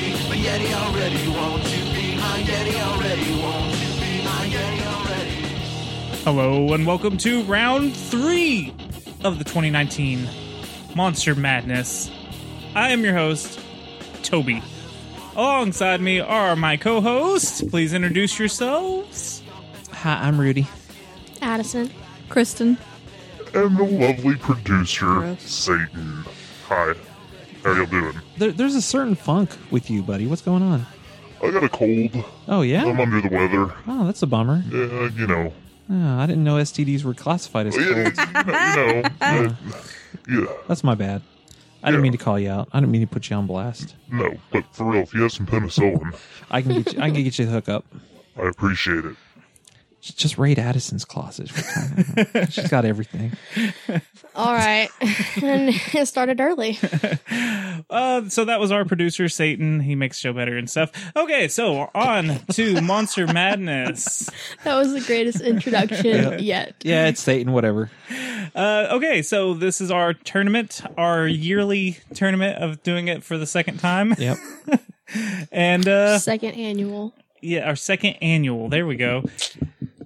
Yeti already? Won't you be my Yeti already? Won't you be my Yeti already? Hello and welcome to round three of the 2019 Monster Madness. I am your host, Toby. Alongside me are my co hosts. Please introduce yourselves. Hi, I'm Rudy. Addison. Kristen. and the lovely producer, Gross. Satan. Hi. How y'all doing? There, there's a certain funk with you, buddy. What's going on? I got a cold. Oh I'm yeah. under the weather. Oh, that's a bummer. Uh, you know. Oh, I didn't know STDs were classified as Oh, Yeah, colds. you know. uh, yeah. That's my bad. I didn't Yeah. mean to call you out. I didn't mean to put you on blast. No, but for real, if you have some penicillin, I can get you, I can get you the hookup. I appreciate it. Just- Just raid Addison's closet. We're trying to- She's got everything. All right. and it started early. Uh, so that was our producer, Satan. He makes show better and stuff. Okay, so on to Monster Madness. That was the greatest introduction yet. Yeah, it's Satan. Whatever. Uh, okay, so this is our tournament, our yearly tournament of doing it for the second time. Yep. And uh, Second annual. yeah, our second annual. There we go.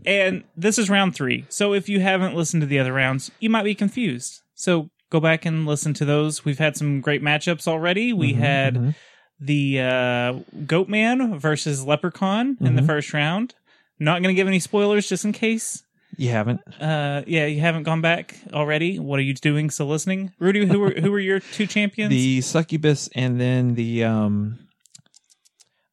And this is round three. So if you haven't listened to the other rounds, you might be confused. So go back and listen to those. We've had some great matchups already. We had mhm. the uh, Goat Man versus Leprechaun in the Mhm. first round. Not going to give any spoilers just in case. You haven't. Uh, yeah, you haven't gone back already. What are you doing? Still listening, Rudy? Who were who were your two champions? The succubus and then the um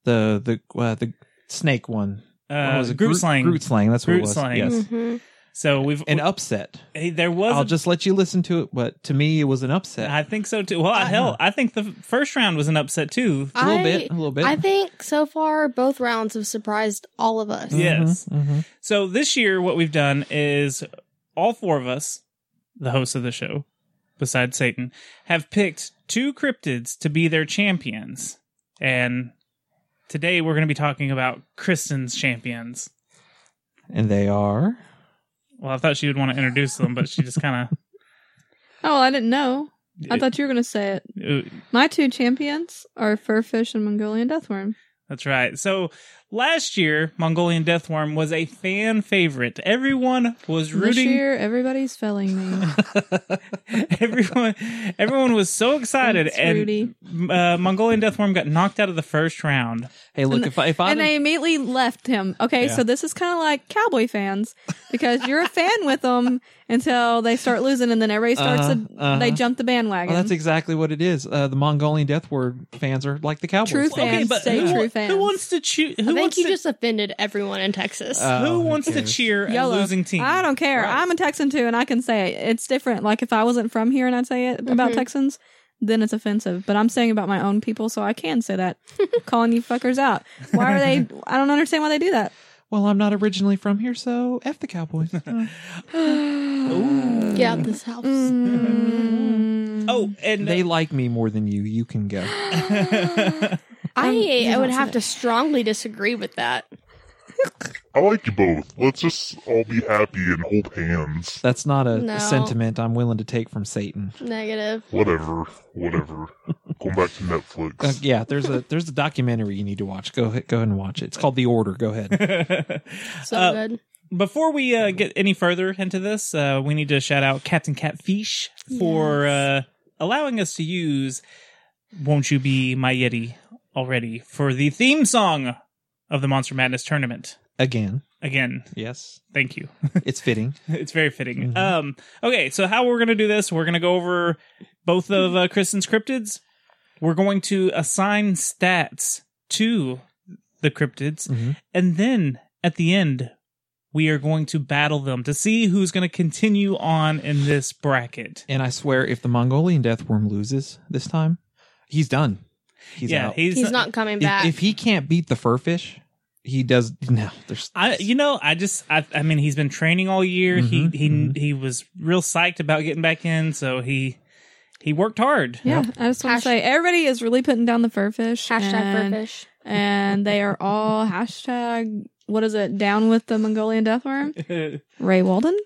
the the uh, the snake one. uh, what was it? Groot Groot- slang. Groot slang. That's what Groot it was. slang. Yes. Mm-hmm. So we've An upset. hey, there was I'll a- just let you listen to it, but to me, it was an upset. I think so too. Well, hell, I think the first round was an upset too. A little bit, a little bit. I think so far both rounds have surprised all of us. Yes. Mhm. So this year, what we've done is all four of us, the hosts of the show, besides Satan, have picked two cryptids to be their champions. And today we're going to be talking about Kristen's champions. And they are. Well, I thought she would want to introduce them, but she just kind Oh, I didn't know. I Yeah. thought you were going to say it. of. My two champions are Furfish and Mongolian Deathworm. That's right. So last year, Mongolian Deathworm was a fan favorite. Everyone was This rooting year, everybody's failing me. everyone everyone was so excited Thanks, Rudy. and uh, mongolian deathworm got knocked out of the first round Hey, look, if I, if I and they immediately left him. Okay, Yeah. so this is kind of like cowboy fans because you're a fan with them until they start losing, and then everybody starts. Uh-huh, to- uh-huh. They jump the bandwagon. well, that's exactly what it is. Uh, the Mongolian Death Word fans are like the Cowboys. True fans. fan. Fans, stay who, true who fans. wants to choose who I think wants you to just offended everyone in Texas. Uh, who Oh, who wants to cares? cheer a Yellow. losing team I don't care. I'm a Texan too, and I can say it. It's different. Like if I wasn't from here and I'd say it about Mhm. Texans, then it's offensive. But I'm saying about my own people, so I can say that. calling you fuckers out. Why are they? I don't understand why they do that. Well, I'm not originally from here, so F the Cowboys. Uh, Get out this house. Mm. Mm. oh and they like me more than you. You can go. Um, I, I would that's have it. to strongly disagree with that. I like you both. Let's just all be happy and hold hands. That's not a No. sentiment I'm willing to take from Satan. Negative. Whatever. Whatever. Going back to Netflix. Uh, yeah, there's a there's a documentary you need to watch. Go ahead, go ahead and watch it. It's called The Order. Go ahead. So Uh, good. before we uh, get any further into this uh, we need to shout out captain catfish for uh, allowing us to use won't you be my yeti already for the theme song of the monster madness tournament Again, again yes, thank you it's fitting. It's very Mm-hmm. fitting. Um, okay, so how we're gonna do this? We're gonna go over both of uh, Kristen's cryptids. We're going to assign stats to the cryptids, Mhm. and then at the end, we are going to battle them to see who's gonna continue on in this bracket. And I swear, if the Mongolian death worm loses this time, he's done. He's yeah, out. he's, He's not coming if, back. if he can't beat the furfish, he does. No, there's. I, you know, I just, I, I mean, he's been training all year. Mhm, he, he, he was real psyched about getting back in, so he, he worked hard. Yeah, I just want Hash- to say everybody is really putting down the furfish. Hashtag and, furfish. and they are all hashtag what is it? Down with the Mongolian deathworm. Ray Walden.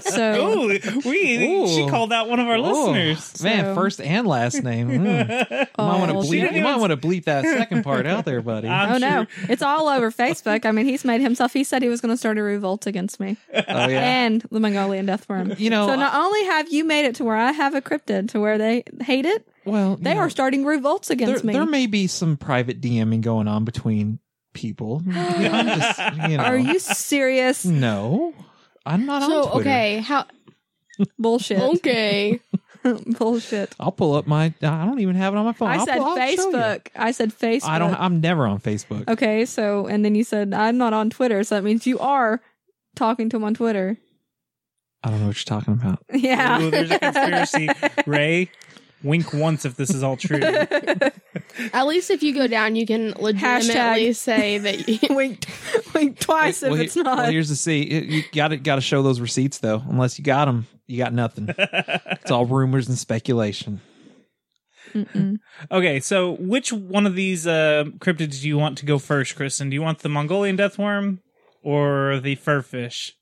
so Ooh, Oh, we she Ooh. called out one of our Whoa. listeners. So- Man, first and last name. Mm. Hmm. You might want to Oh. She bleep. didn't You might even- want to bleep that second part out there, buddy. I'm oh no, sure- it's all over Facebook. I mean, he's made himself. He said he was going to start a revolt against me oh yeah. and the Mongolian death worm. You know, so not only have you made it to where I have a cryptid to where they hate it, well, you they know, are starting revolts There, against me. there may be some private DMing going on between people. I'm just, you know. Are you serious? No, I'm not So on Twitter. okay, how Bullshit. okay. Bullshit. I'll pull up my. I don't even have it on my phone. I I'll said pull- I'll show you. Facebook. I said Facebook. I don't. I'm never on Facebook. Okay, so and then you said I'm not on Twitter, so that means you are talking to him on Twitter. I don't know what you're talking about. Yeah. Ooh, there's a conspiracy. Ray, wink once if this is all true. At least if you go down, you can legitimately say that. You, wink, wink twice if Well, it's here- not. Well, here's the see. It- You got to Got to show those receipts though. Unless you got them, you got nothing. it's all rumors and speculation. Mm-mm. Okay, so which one of these uh, cryptids do you want to go first, Kristen? Do you want the Mongolian death worm or the furfish?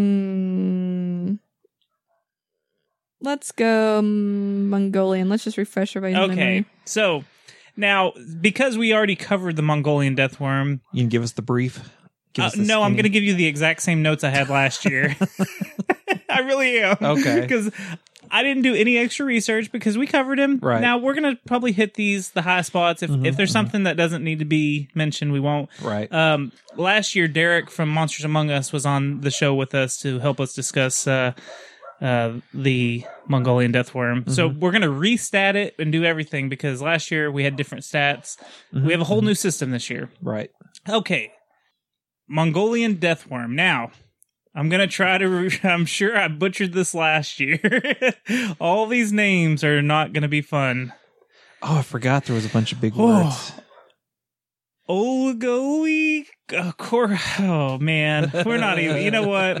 Hmm. Let's go um, Mongolian. Let's just refresh everybody's Okay, memory. so now because we already covered the Mongolian death worm, You can give us the brief. Give uh, us the no, I'm skinny. going to give you the exact same notes I had last year. I really am. Okay. because. I didn't do any extra research because we covered him. Right. Mm-hmm, Now we're gonna probably hit these the high spots. If if there's something that doesn't need to be mentioned, we won't. Right. Um, last year, Derek from Monsters Among Us was on the show with us to help us discuss uh, uh, the Mongolian death worm. So Mm-hmm. we're going to restat it and do everything because last year we had different stats. We have a whole new system this year. Mm-hmm. right. Okay. Mongolian death worm. Now, I'm going to try to. Re- I'm sure I butchered this last year. All these names are not going to be fun. Oh, I forgot there was a bunch of big Oh. words. Olgoe uh, cor- oh man we're not even you know what?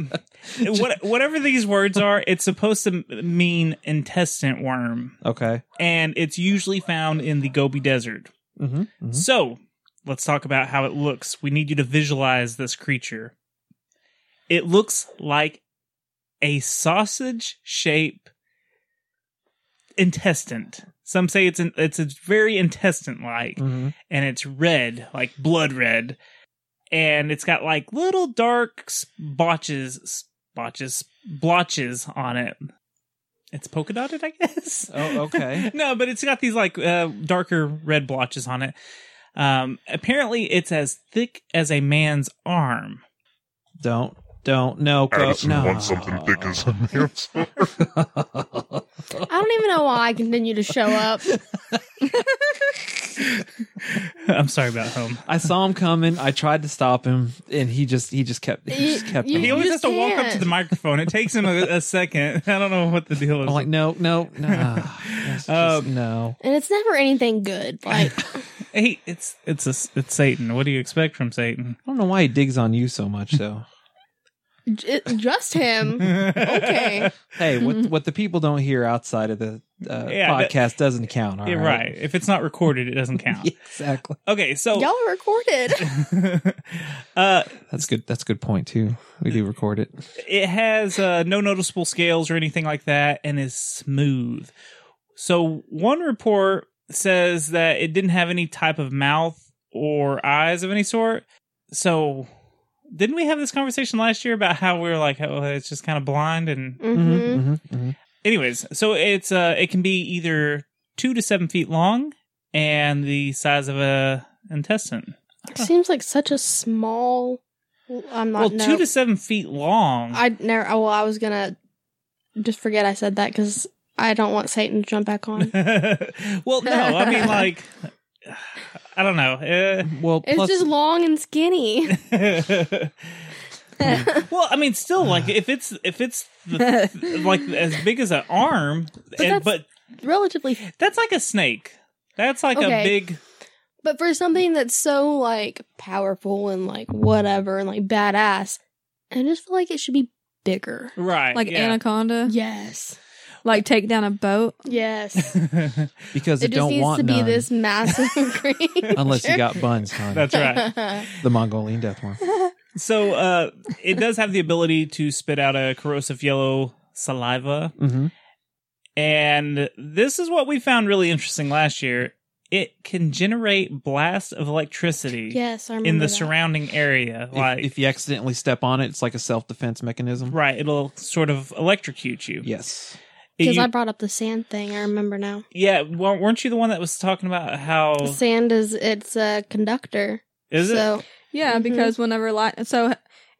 what whatever these words are it's supposed to m- mean intestine worm Okay. and it's usually found in the gobi desert Mm-hmm. hmm so let's talk about how it looks we need you to visualize this creature it looks like a sausage shape intestine some say it's an, it's a very intestine like Mm-hmm. and it's red, like blood red, and it's got like little dark s- botches, s- botches, blotches on it. It's polka dotted, I guess. Oh, okay. no, but it's got these like uh, darker red blotches on it. Um, apparently, it's as thick as a man's arm. Don't. Don't. No. Co- Addison no. wants something thick as a man's. I don't even know why I continue to show up. I'm sorry about home. I saw him coming. I tried to stop him, and he just he just kept he You- just kept. you- He going. always just has to walk up to can't. the microphone. It takes him a, a second. I don't know what the deal is. I'm like, no, no, no, That's just- Um, no. And it's never anything good. Like, hey, it's it's a, it's Satan. What do you expect from Satan? I don't know why he digs on you so much, though. j- just him. Okay. hey, what what the people don't hear outside of the uh, Yeah, but- podcast doesn't count. All Yeah, right. If it's not recorded, it doesn't count. Yeah, exactly. Okay, so Y'all recorded. uh, That's good. That's a good point too. We do record it. it has uh, no noticeable scales or anything like that, and is smooth. So one report says that it didn't have any type of mouth or eyes of any sort. So didn't we have this conversation last year about how we were like, oh, it's just kind of blind and Mhm. Mm-hmm, hmm anyways so it's uh it can be either two to seven feet long and the size of a intestine Seems like such a small. I'm well not. no, two to seven feet long I never. oh, Well, I was gonna just forget I said that because I don't want Satan to jump back on. well no i mean like i don't know eh. Well, It's plus just long and skinny. eh. well i mean still like if it's if it's the, like as big as an arm but, that's- but Relatively that's like a snake that's like a Okay. big But for something that's so like powerful and like whatever and like badass, I just feel like it should be bigger. right Like yeah. anaconda, Yes. like take down a boat. Yes. because it just it don't needs want to be none this massive creature. unless you got buns, hon. that's right the Mongolian death worm. So uh, it does have the ability to spit out a corrosive yellow saliva. Mm-hmm. And this is what we found really interesting last year. It can generate blasts of electricity Yes, I remember in the that. surrounding area. like, if, if you accidentally step on it, it's like a self defense mechanism. right, it'll sort of electrocute you. Yes. It- Because you- I brought up the sand thing. I remember now. yeah, wa- weren't you the one that was talking about how The sand is it's a conductor. Oh. is it? so Yeah, Mm-hmm. Mhm. because whenever li so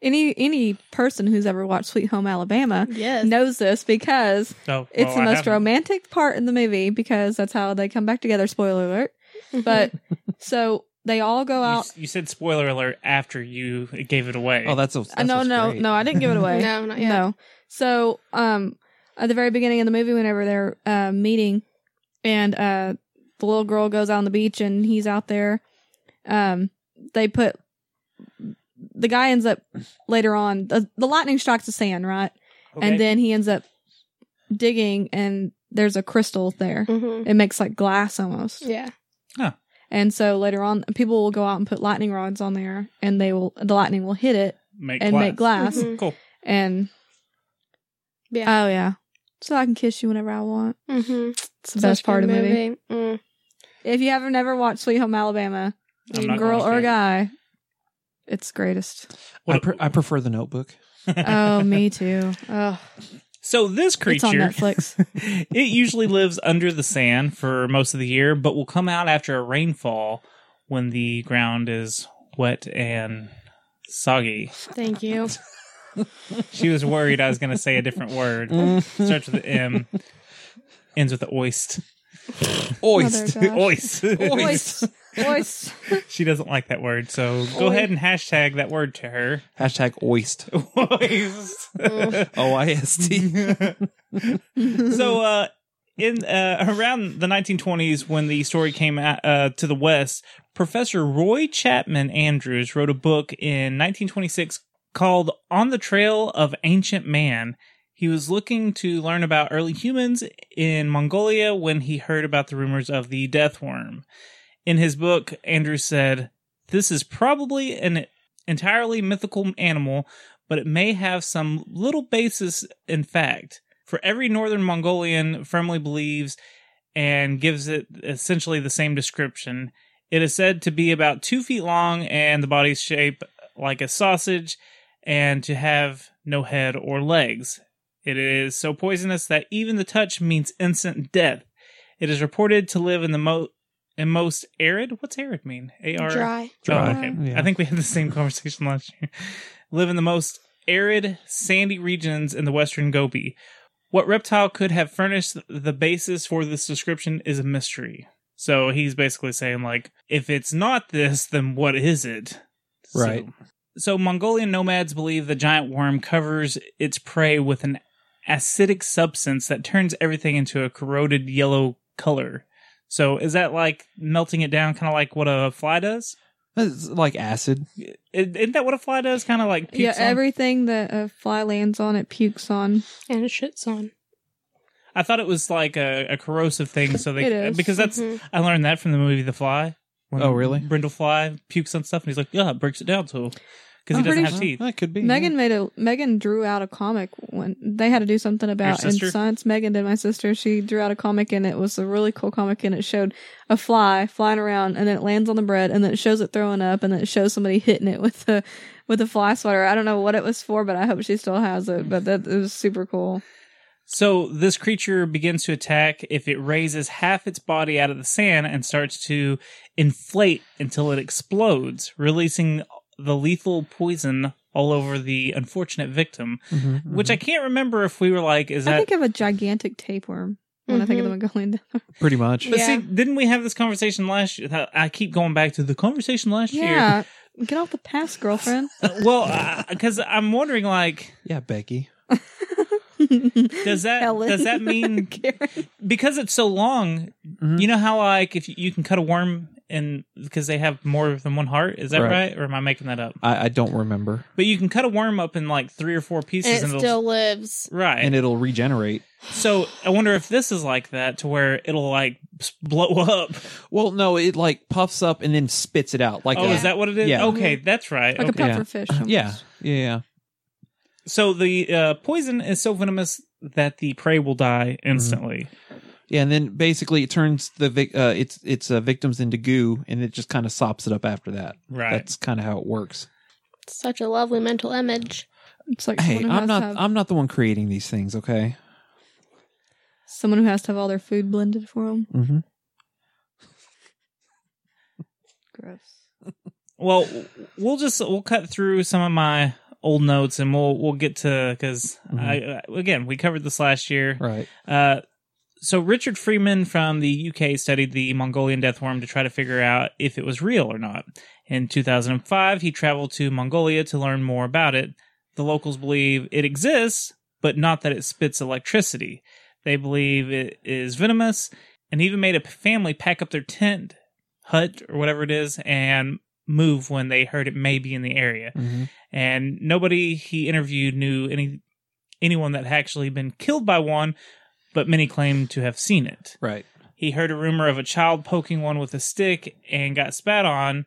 any any person who's ever watched Sweet Home Alabama yes, knows this because Oh, it's well, the I most haven't. romantic part in the movie because that's how they come back together. Spoiler alert! But so they all go You, out. s- you said spoiler alert after you gave it away. Oh, that's a that's Uh, no, what's no, great. no! I didn't give it away. no, not yet. No. So, um, at the very beginning of the movie, whenever they're uh, meeting, and uh, the little girl goes out on the beach, and he's out there. Um, they put the guy ends up later on. The, the lightning strikes the sand, right? Okay. And then he ends up digging, and there's a crystal there. Mhm. It makes like glass almost. Yeah, And so later on, people will go out and put lightning rods on there, and they will the lightning will hit it make glass. and Mm-hmm. make glass. Mhm. Cool. And yeah. Oh yeah. So I can kiss you whenever I want. mm-hmm. It's the Uh, best part of the movie. Mm. If you haven't ever watched Sweet Home Alabama, I'm not girl going or to. guy, it's greatest. I, pre- I prefer the Notebook. oh, me too. Oh, So this it's on creature, Netflix. it usually lives under the sand for most of the year, but will come out after a rainfall when the ground is wet and soggy. Thank you. She was worried I was going to say a different word. Mm. Mm. Starts with the M, ends with the oist. Oist. Mother of God. Oist. Voice, voice. She doesn't like that word, so go Oi. ahead and hashtag that word to her. Hashtag oist. Oist. O I S T. so uh in uh, around the 1920s when the story came out, uh, to the west professor roy chapman andrews wrote a book in 1926 called on the trail of ancient man he was looking to learn about early humans in mongolia when he heard about the rumors of the death worm in his book andrews said this is probably an entirely mythical animal but it may have some little basis in fact for every northern mongolian firmly believes and gives it essentially the same description it is said to be about two feet long and the body's shape like a sausage and to have no head or legs it is so poisonous that even the touch means instant death it is reported to live in the mo- in most arid what's arid mean ar Dry. Oh, Dry. okay. Yeah. I think we had the same conversation last year. Live in the most arid, sandy regions in the Western Gobi. What reptile could have furnished the basis for this description is a mystery. So he's basically saying, like, if it's not this, then what is it? So- Right. so Mongolian nomads believe the giant worm covers its prey with an acidic substance that turns everything into a corroded yellow color. So is that like melting it down, kind of like what a fly does? It's like acid. Isn't isn't that what a fly does? Kind of like yeah, pukes on- everything that a fly lands on, it pukes on. And it shits on. I thought it was like a, a corrosive thing, so they It is. Mm-hmm. because that's Mhm. I learned that from the movie The Fly. When Oh, really? Brindlefly pukes on stuff, and he's like, "Yeah, it breaks it down so because he I'm doesn't pretty have Well, teeth." That could be. Megan made a Megan drew out a comic when they had to do something about in sister? science. Megan did my sister. She drew out a comic and it was a really cool comic and it showed a fly flying around and then it lands on the bread and then it shows it throwing up and then it shows somebody hitting it with a with a fly swatter. I don't know what it was for, but I hope she still has it. But that it was super cool. So this creature begins to attack if it raises half its body out of the sand and starts to inflate until it explodes, releasing the lethal poison all over the unfortunate victim. Mhm, mhm. Which I can't remember if we were like, "Is I that think of a gigantic tapeworm when I think of the Mongolian. pretty much. But Yeah. see, didn't we have this conversation last year? I keep going back to the conversation last year. Yeah, get off the past, girlfriend. Well, because I'm wondering, like, Yeah, Becky. does that Helen. does that mean Karen. because it's so long? Mhm. Mm-hmm. You know how like if you, you can cut a worm and because they have more than one heart. Is that right. Right. Or am I making that up? I, I don't remember, But you can cut a worm up in like three or four pieces, and it it'll- still lives. right. and it'll regenerate. so I wonder if this is like that, to where it'll like s- blow up. Well, no, it like puffs up and then spits it out. Like oh, a- is that what it is? Yeah. Okay, that's right. like okay. a Yeah. pufferfish. almost. Yeah, yeah, yeah. So the uh, poison is so venomous that the prey will die instantly. Mm-hmm. Yeah, and then basically it turns the vic- uh, its its uh, victims into goo, and it just kind of sops it up after that. Right. That's kind of how it works. Such a lovely mental image. It's like Hey, someone who I'm has not to have, I'm not the one creating these things. Okay. someone who has to have all their food blended for them. Mm-hmm. Gross. Well, we'll just we'll cut through some of my old notes and we'll we'll get to because I again we covered this last year. Right. Uh, so Richard Freeman from the UK studied the Mongolian death worm to try to figure out if it was real or not. In 2005, he traveled to Mongolia to learn more about it. The locals believe it exists, but not that it spits electricity. They believe it is venomous and even made a family pack up their tent, hut, or whatever it is, and move when they heard it may be in the area Mm-hmm. and nobody he interviewed knew any anyone that had actually been killed by one, but many claimed to have seen it. Right. He heard a rumor of a child poking one with a stick and got spat on,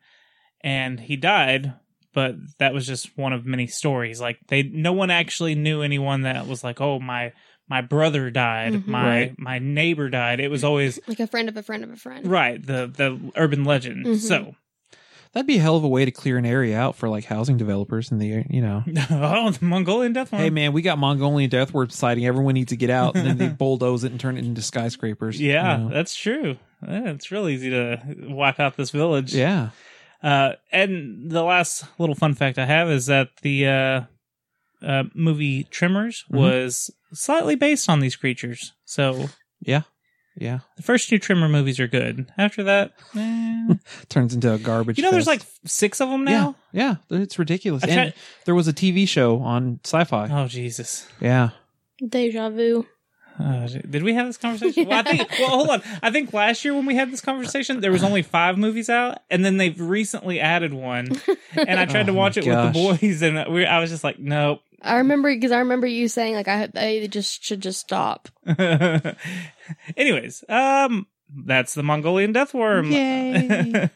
and he died. But that was just one of many stories. Like they, no one actually knew anyone that was like, "Oh my, my brother died, Mhm. my Right. my neighbor died." It was always Like a friend of a friend of a friend. right the the urban legend. Mhm. So, That'd be a hell of a way to clear an area out for like housing developers in the you know. oh, the Mongolian death worm. Hey man, we got Mongolian death worm sighting. Everyone needs to get out, and then they bulldoze it and turn it into skyscrapers. you Yeah, know. that's true. Yeah, it's real easy to wipe out this village. yeah. Uh, and the last little fun fact I have is that the uh, uh, movie Tremors Mhm. was slightly based on these creatures. So Yeah. the first two Tremor movies are good. After that, eh. Turns into a garbage. you know, there's like fest. six of them now. Yeah. Yeah. It's ridiculous. I and tried- there was a TV show on sci-fi. Oh Jesus! Yeah. Deja vu. Oh, j- did we have this conversation? Well, I think. Well, hold on. I think last year when we had this conversation, there was only five movies out, and then they've recently added one. And I tried to Oh, my watch it with the gosh. boys, and we, I was just like, nope. I remember because I remember you saying like I, I just should just stop. Anyways, um, that's the Mongolian death worm. Yay.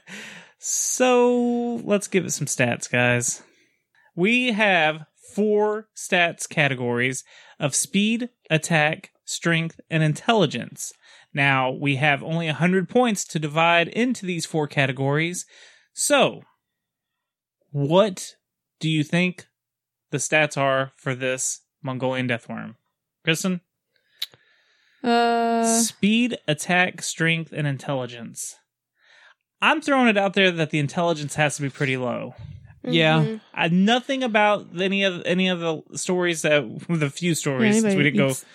so let's give it some stats, guys. We have four stats categories of speed, attack, strength, and intelligence. Now we have only 100 points to divide into these four categories. So, what do you think the stats are for this Mongolian death worm? Kristen? Uh, Speed, attack, strength, and intelligence. I'm throwing it out there that the intelligence has to be pretty low. Yeah. Mhm. I, nothing about any of any of the stories that the few stories since we anybody didn't go. eats-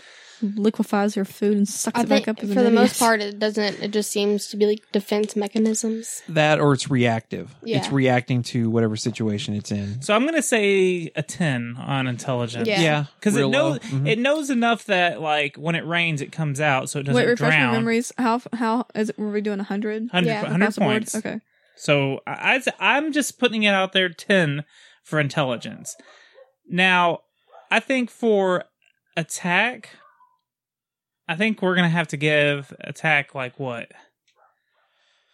liquefies their food and sucks I it back think up. for as an the most idiot. part, it doesn't. It just seems to be like defense mechanisms. That or it's reactive. It's Yeah. reacting to whatever situation it's in. So I'm gonna say a ten on intelligence. Yeah. because it real low. knows Mhm. it knows enough that like when it rains it comes out so it doesn't Wait, refresh my drown. memories. How how is it? Were we doing hundred? 100, Yeah, 100 Across the board? points. Okay. So I, I'd say- I'm just putting it out there 10 for intelligence. Now, I think for attack, I think we're going to have to give attack like what?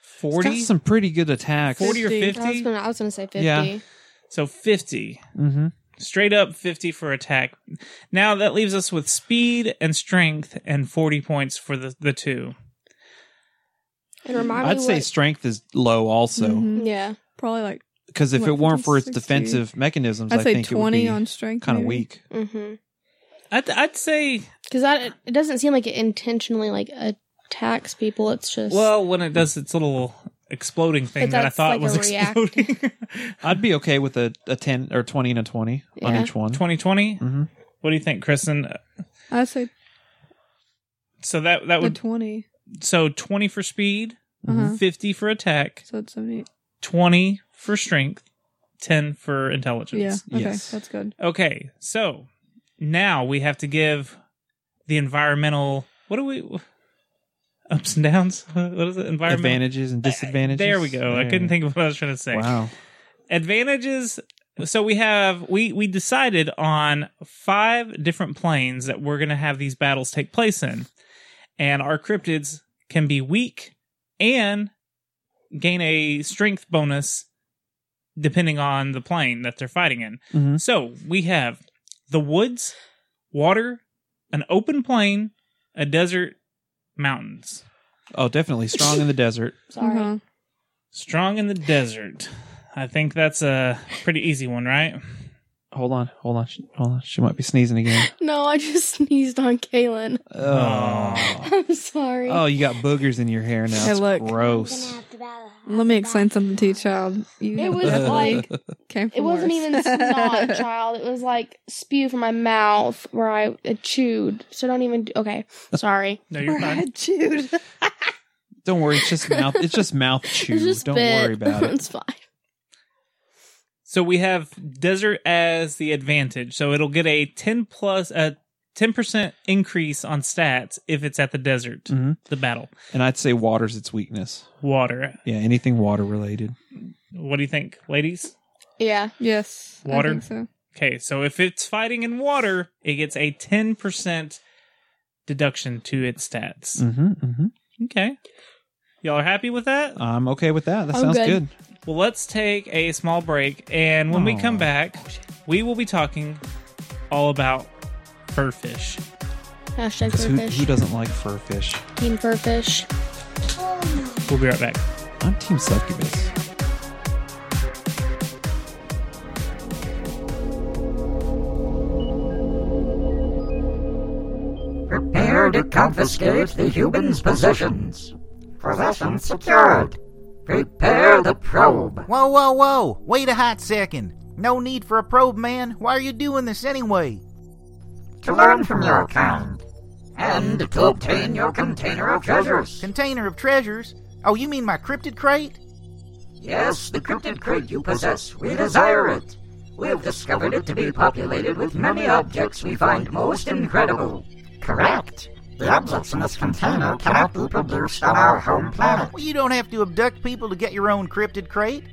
It's 40? got some pretty good attacks. 40 or 50. I was 50? gonna, I was gonna say fifty. Yeah. So 50. Mm-hmm. Straight up 50 for attack. Now that leaves us with speed and strength and 40 points for the, the two. And remind I'd me say what- strength is low also Mhm. yeah. Probably like because if What, it weren't for its 50, 60? defensive mechanisms, I'd I say think twenty it would on be strength. kind of maybe. weak. Mm-hmm. I'd, I'd say, Because that it doesn't seem like it intentionally like attacks people. It's just well, when it does its little exploding thing that I that's thought like was a react- exploding. I'd be okay with a, a ten or twenty and a twenty on Yeah. each one. 2020? Mhm. What do you think, Kristen? I'd say So that that the would Mm-hmm. twenty. so 20 for speed, Uh-huh. 50 for attack, So it's seventy. 20 for strength, 10 for intelligence. Yeah. Okay. Yes. That's good. Okay. So now we have to give the environmental what do we ups and downs. What is it? Environment. Advantages and disadvantages. There we go. I Yeah. couldn't think of what I was trying to say. Wow. Advantages. So we have we we decided on five different planes that we're going to have these battles take place in, and our cryptids can be weak and gain a strength bonus depending on the plane that they're fighting in. Mhm. So we have the woods, water, an open plain, a desert, mountains. Oh, definitely strong in the desert. Sorry. Uh-huh. Strong in the desert. I think that's a pretty easy one, right? Hold on, hold on, sh- hold on. She might be sneezing again. No, I just sneezed on Kaylin. Oh, I'm sorry. oh, you got boogers in your hair now. Hey, It's look. gross. Let me explain something to you, child. You It was definitely like- came from It wasn't worse. even snot, child. It was like spew from my mouth where I it chewed. So don't even. do- Okay, sorry. No, you're fine. Dude. Don't worry, it's just mouth. It's just mouth chew. It's just Don't bit. worry about it. it's fine. So we have desert as the advantage. So it'll get a 10 plus a 10% increase on stats if it's at the desert, Mhm. the battle. And I'd say water's its weakness. Water. Yeah, anything water related. What do you think, ladies? Yeah. Yes. I Water. think so. Okay, so if it's fighting in water, it gets a 10% deduction to its stats. Mm-hmm, mm-hmm. Okay. Y'all are happy with that? I'm okay with that. That I'm sounds good. good. Well, let's take a small break, and when we Aw. come back, we will be talking all about furfish. Hashtag 'Cause Who, who furfish. doesn't like fur fish? Team furfish. We'll be right back. I'm Team Succubus. Prepare to confiscate the human's possessions. Possession secured. Prepare the probe. Whoa, whoa, whoa! Wait a hot second. No need for a probe, man. Why are you doing this anyway? To learn from your kind. And to obtain your container of treasures. Container of treasures? Oh, you mean my cryptid crate? Yes, the cryptid crate you possess, we desire it. We've discovered it to be populated with many objects we find most incredible. Correct. The objects in this container cannot be produced on our home planet. Well, you don't have to abduct people to get your own cryptid crate.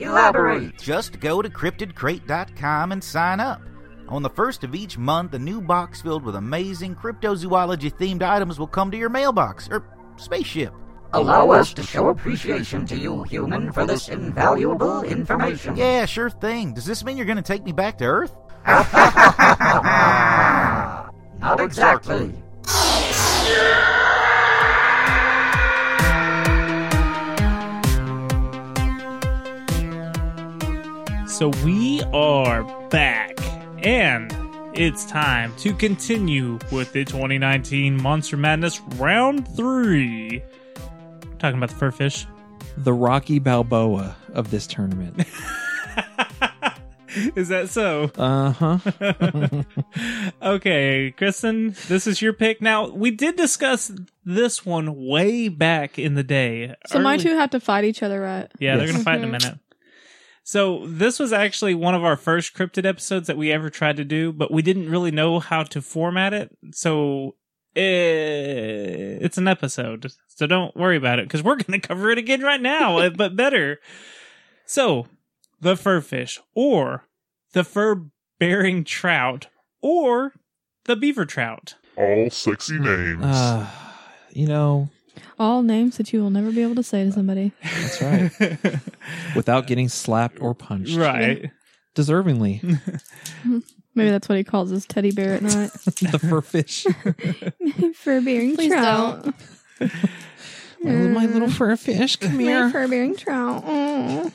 Elaborate. Just go to cryptidcrate.com and sign up. On the first of each month, a new box filled with amazing cryptozoology themed items will come to your mailbox or spaceship. Allow us to show appreciation to you, human, for this invaluable information. Yeah, sure thing. Does this mean you're going to take me back to Earth? Not exactly. So we are back, and it's time to continue with the 2019 Monster Madness Round 3. We're talking about the furfish. The Rocky Balboa of this tournament. Is that so? Uh huh. okay, Kristen, this is your pick. Now, we did discuss this one way back in the day. So my Early- two have to fight each other, right? Yeah, they're Yes. going to fight in a minute. So this was actually one of our first cryptid episodes that we ever tried to do, but we didn't really know how to format it. So eh, it's an episode. So don't worry about it because we're going to cover it again right now, eh, but better. So the furfish or the fur bearing trout or the beaver trout. All sexy names. Uh, you know, All names that you will never be able to say to somebody. that's right. Without getting slapped or punched. right. Deservingly. Maybe that's what he calls his teddy bear at night. the fur fish. fur bearing Please trout. My little fur fish, come here. fur bearing trout. Aw.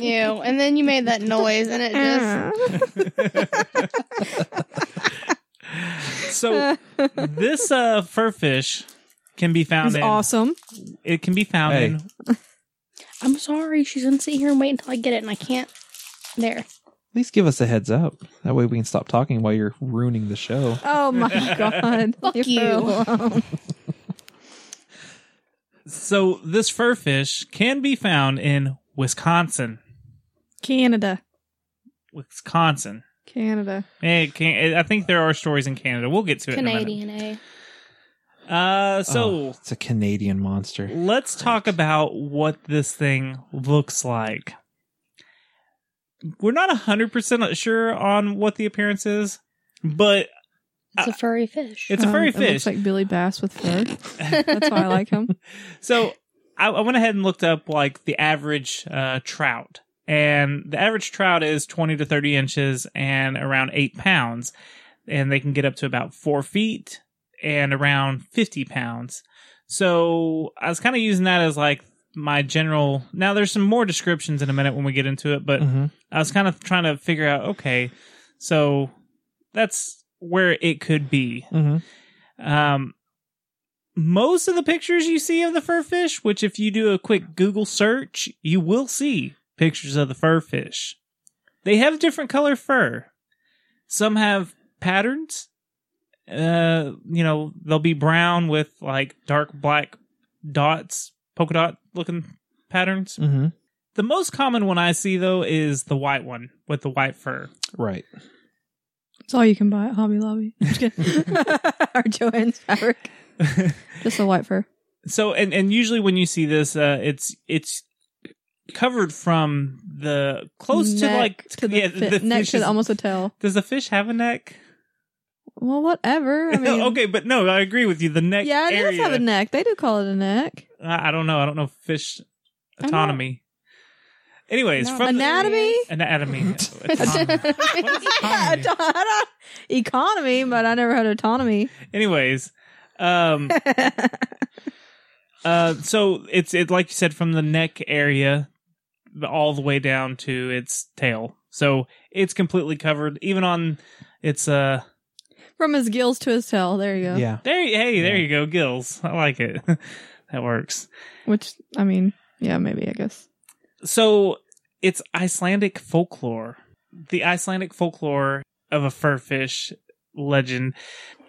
Ew. And then you made that noise, and it just. So this uh, furfish can be found It's in awesome. It can be found Hey. in I'm sorry. She's gonna sit here and wait until I get it, and I can't. There. At least give us a heads up. That way we can stop talking while you're ruining the show. Oh my god. Fuck Leave you. her alone. so this furfish can be found in Wisconsin. Canada. Wisconsin. Canada. Eh, Can, eh, I think there are stories in Canada. We'll get to it. In a minute. Canadian, eh? Uh, Oh, so it's a Canadian monster. let's talk about what this thing looks like. We're not 100% sure on what the appearance is, but It's Uh, a furry fish. it's a furry Um, It fish. looks like Billy Bass with fur. That's why I like him. So I, I went ahead and looked up like the average uh, trout, and the average trout is twenty to thirty inches and around eight pounds, and they can get up to about four feet and around fifty pounds. So I was kind of using that as like my general. Now there's some more descriptions in a minute when we get into it, but Mhm. I was kind of trying to figure out. Okay, so that's where it could be. Mhm. Um, most of the pictures you see of the fur fish, which if you do a quick Google search, you will see pictures of the fur fish. They have different color fur. Some have patterns. Uh, you know, they'll be brown with like dark black dots, polka dot looking patterns. Mhm. The most common one I see though is the white one with the white fur. Right. It's all you can buy at Hobby Lobby. I'm just kidding. or Joann's fabric. Just a white fur. so and and usually when you see this uh it's it's covered from the close to Neck like to the, yeah, fi- neck to fish's- the, almost a tail. does the fish have a neck Well, whatever. I mean, okay but no i agree with you the neck yeah, it does area, have a neck. They do call it a neck. I, I don't know i don't know fish I'm autonomy anyways Not- from the- Anatomy. anatomy autonomy. What is Yeah, autonomy? auto- economy, but I never heard autonomy. anyways um Uh, so it's it like you said from the neck area all the way down to its tail. So it's completely covered, even on its uh. From his gills to his tail. There you go. Yeah. There, you- hey, there Yeah. you go, gills. I like it. that works. Which I mean, yeah, maybe I guess. So it's Icelandic folklore. The Icelandic folklore of a furfish legend.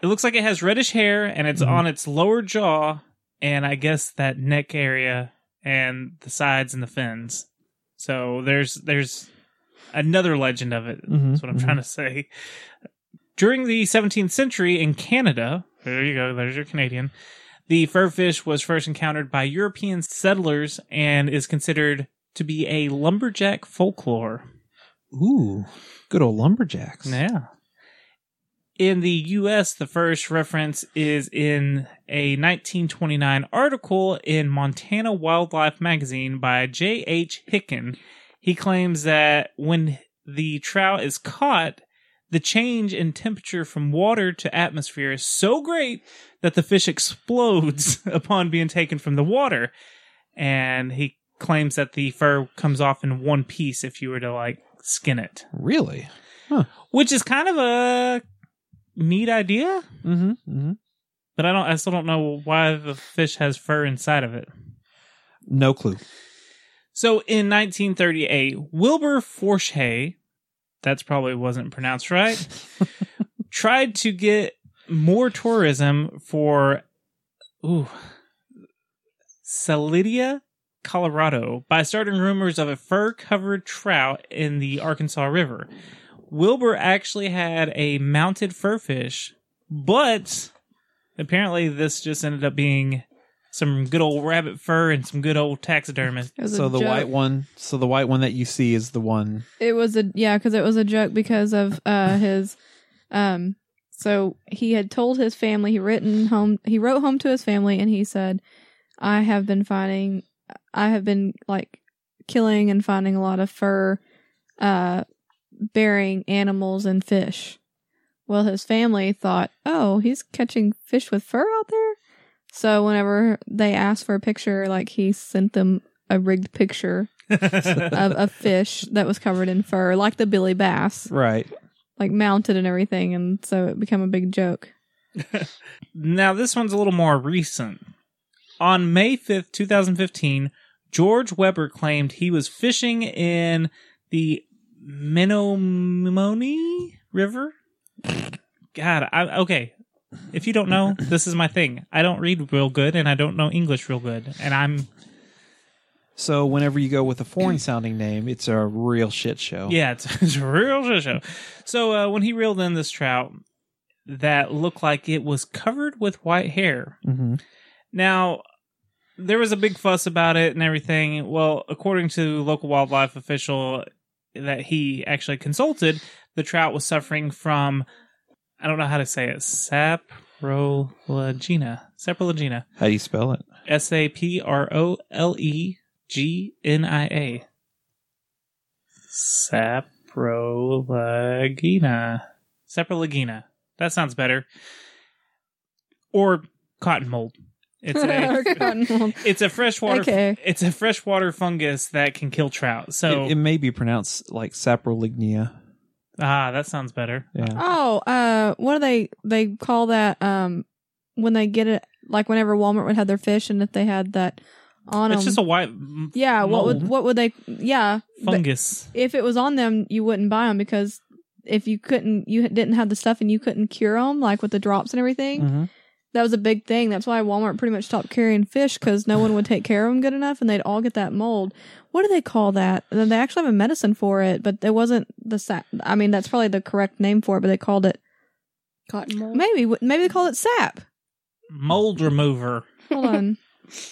It looks like it has reddish hair and it's Mhm. on its lower jaw and I guess that neck area and the sides and the fins. So there's there's another legend of it. Mhm. That's what I'm Mhm. trying to say. During the 17th century in Canada, there you go, there's your Canadian. The furfish was first encountered by European settlers and is considered to be a lumberjack folklore. Ooh, good old lumberjacks. Yeah. In the US, the first reference is in a 1929 article in Montana Wildlife Magazine by J.H. Hicken. He claims that when the trout is caught, the change in temperature from water to atmosphere is so great that the fish explodes upon being taken from the water. And he claims that the fur comes off in one piece if you were to like skin it Really? which is kind of a neat idea, Mm-hmm. mm-hmm. but I don't. I still don't know why the fish has fur inside of it. No clue. So in 1938, Wilbur Forshey, that's probably wasn't pronounced right, tried to get more tourism for ooh Salidia, Colorado, by starting rumors of a fur-covered trout in the Arkansas River. Wilbur actually had a mounted furfish, but apparently this just ended up being some good old rabbit fur and some good old taxidermist. It was So a the joke. white one. So the white one that you see is the one. It was a yeah, because it was a joke because of uh his um so he had told his family he written home he wrote home to his family and he said, I have been finding I have been like killing and finding a lot of fur uh bearing animals and fish. Well his family thought, Oh, he's catching fish with fur out there? So whenever they asked for a picture, like he sent them a rigged picture of a fish that was covered in fur, like the Billy Bass, Right. like mounted and everything, and so it became a big joke. Now, this one's a little more recent. On May 5th, 2015, George Weber claimed he was fishing in the Menomonee River. God, I, okay. If you don't know, this is my thing. I don't read real good and I don't know English real good. And I'm, So whenever you go with a foreign sounding name, it's a real shit show. yeah, it's, it's a real shit show. So uh, when he reeled in this trout, that looked like it was covered with white hair. Mm-hmm. Now, there was a big fuss about it and everything. Well, according to local wildlife official that he actually consulted, the trout was suffering from I don't know how to say it. Saprolagina. Saprolagina. How do you spell it? S A P R O L E G N I A. Saprolagina. Saprolagina. That sounds better. Or cotton mold. It's a Cotton wool. it's a freshwater Okay. it's a freshwater fungus that can kill trout. So it? It may be pronounced like saprolignia. ah, that sounds better. Yeah. Oh, uh, what do they they call that? Um, when they get it, like whenever Walmart would have their fish, and if they had that on It's them, just a white yeah. What would mold. what would they? Yeah, but fungus. if it was on them, you wouldn't buy them because if you couldn't, you didn't have the stuff, and you couldn't cure them, like with the drops and everything. Mhm. That was a big thing. That's why Walmart pretty much stopped carrying fish because no one would take care of them good enough, and they'd all get that mold. What do they call that? They actually have a medicine for it, but it wasn't the. Sa- I mean, that's probably the correct name for it, but they called it Cotton mold. Maybe maybe they call it sap. mold remover. Hold on.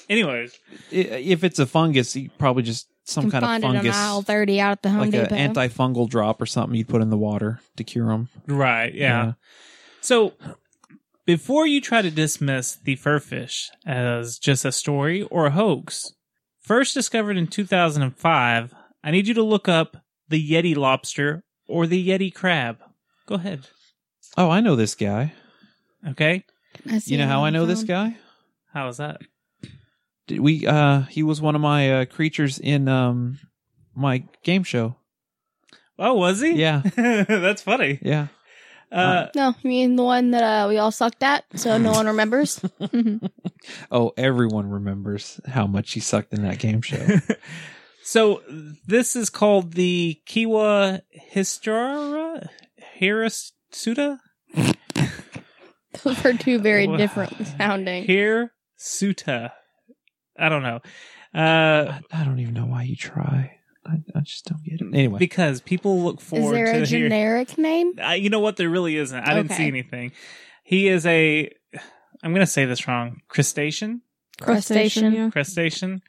Anyways, I If it's a fungus, you probably just some You can find kind of it on aisle fungus, thirty out at the Home like an Depot. antifungal drop or something you'd put in the water to cure them. right, yeah. So before you try to dismiss the furfish as just a story or a hoax, first discovered in 2005, I need you to look up the Yeti lobster or the Yeti crab. Go ahead. Oh, I know this guy. Okay. You know how I know this guy? How was that? Did we? Uh, he was one of my uh, creatures in um my game show. Oh, was he? Yeah, That's funny. yeah. Uh, No, you mean the one that uh, we all sucked at, so no one remembers. Mm-hmm. Oh, everyone remembers how much he sucked in that game show. so this is called the Kiwa Histora Hirasuta Those are two very Wha- different sounding. Hirsuta. I don't know. Uh, I, I don't even know why you try. I, I just don't get it. Anyway, because people look Is forward there to a hear- generic name? I, you know what? There really isn't. I didn't see Okay. anything. He is a. I'm going to say this wrong. Crustacean. Crustacean. Yeah. Crustacean.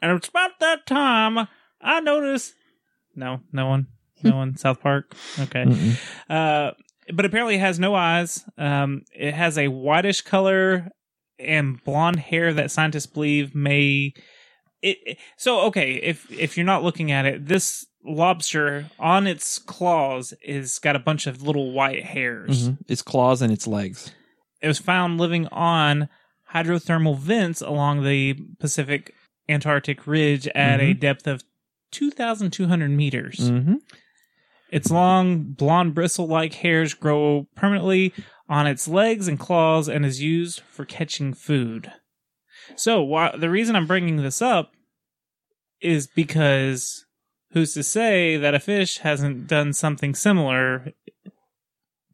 And it's about that time I noticed. No, no one. No one. South Park. Okay. Mm-mm. Uh, but apparently it has no eyes. Um, it has a whitish color and blonde hair that scientists believe may. It, it- so okay, if if you're not looking at it, this lobster on its claws is got a bunch of little white hairs. Mhm. its claws and its legs. It was found living on hydrothermal vents along the Pacific Antarctic Ridge at a depth of 2,200 meters. Mm-hmm. Its long, blonde bristle like hairs grow permanently on its legs and claws and is used for catching food. So, why, the reason I'm bringing this up is because who's to say that a fish hasn't done something similar,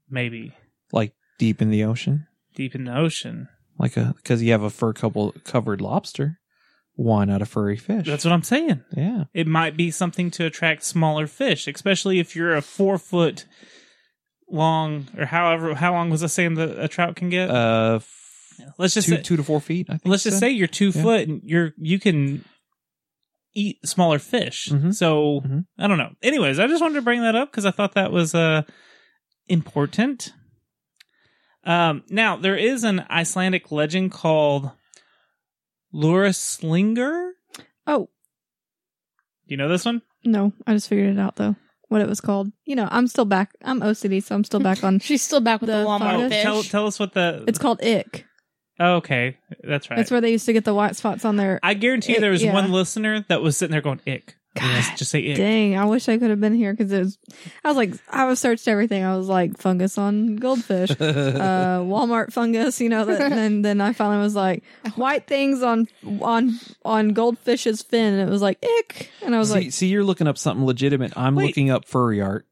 maybe Like deep in the ocean, deep in the ocean? like a because you have a fur couple covered lobster. Why not a furry fish? That's what I'm saying. yeah. It might be something to attract smaller fish, especially if you're a four foot long or however how long was I saying that a trout can get? Uh, f- let's just two, say, two to four feet. I think let's just so. say you're two Yeah. foot and you're you can eat smaller fish. Mhm. So Mhm. I don't know. Anyways, I just wanted to bring that up because I thought that was uh important. Um, now there is an Icelandic legend called Lurislinger. Do Oh you know this one? no, I just figured it out though. What it was called. You know, I'm still back. I'm OCD, so I'm still back on. She's still back with the, The Walmart fungus? fish. Tell tell us what the It's called ick. oh, okay. That's right. That's where they used to get the white spots on their. I guarantee you It- there was yeah. one listener that was sitting there going ick. Yes, just say ick. Dang, I wish I could have been here because it was. I was like, I was searched everything. I was like, fungus on goldfish, uh, Walmart fungus. You know, that, and then I finally was like, white things on on on goldfish's fin. And it was like ick, and I was see, like, see, you're looking up something legitimate. I'm Wait. looking up furry art.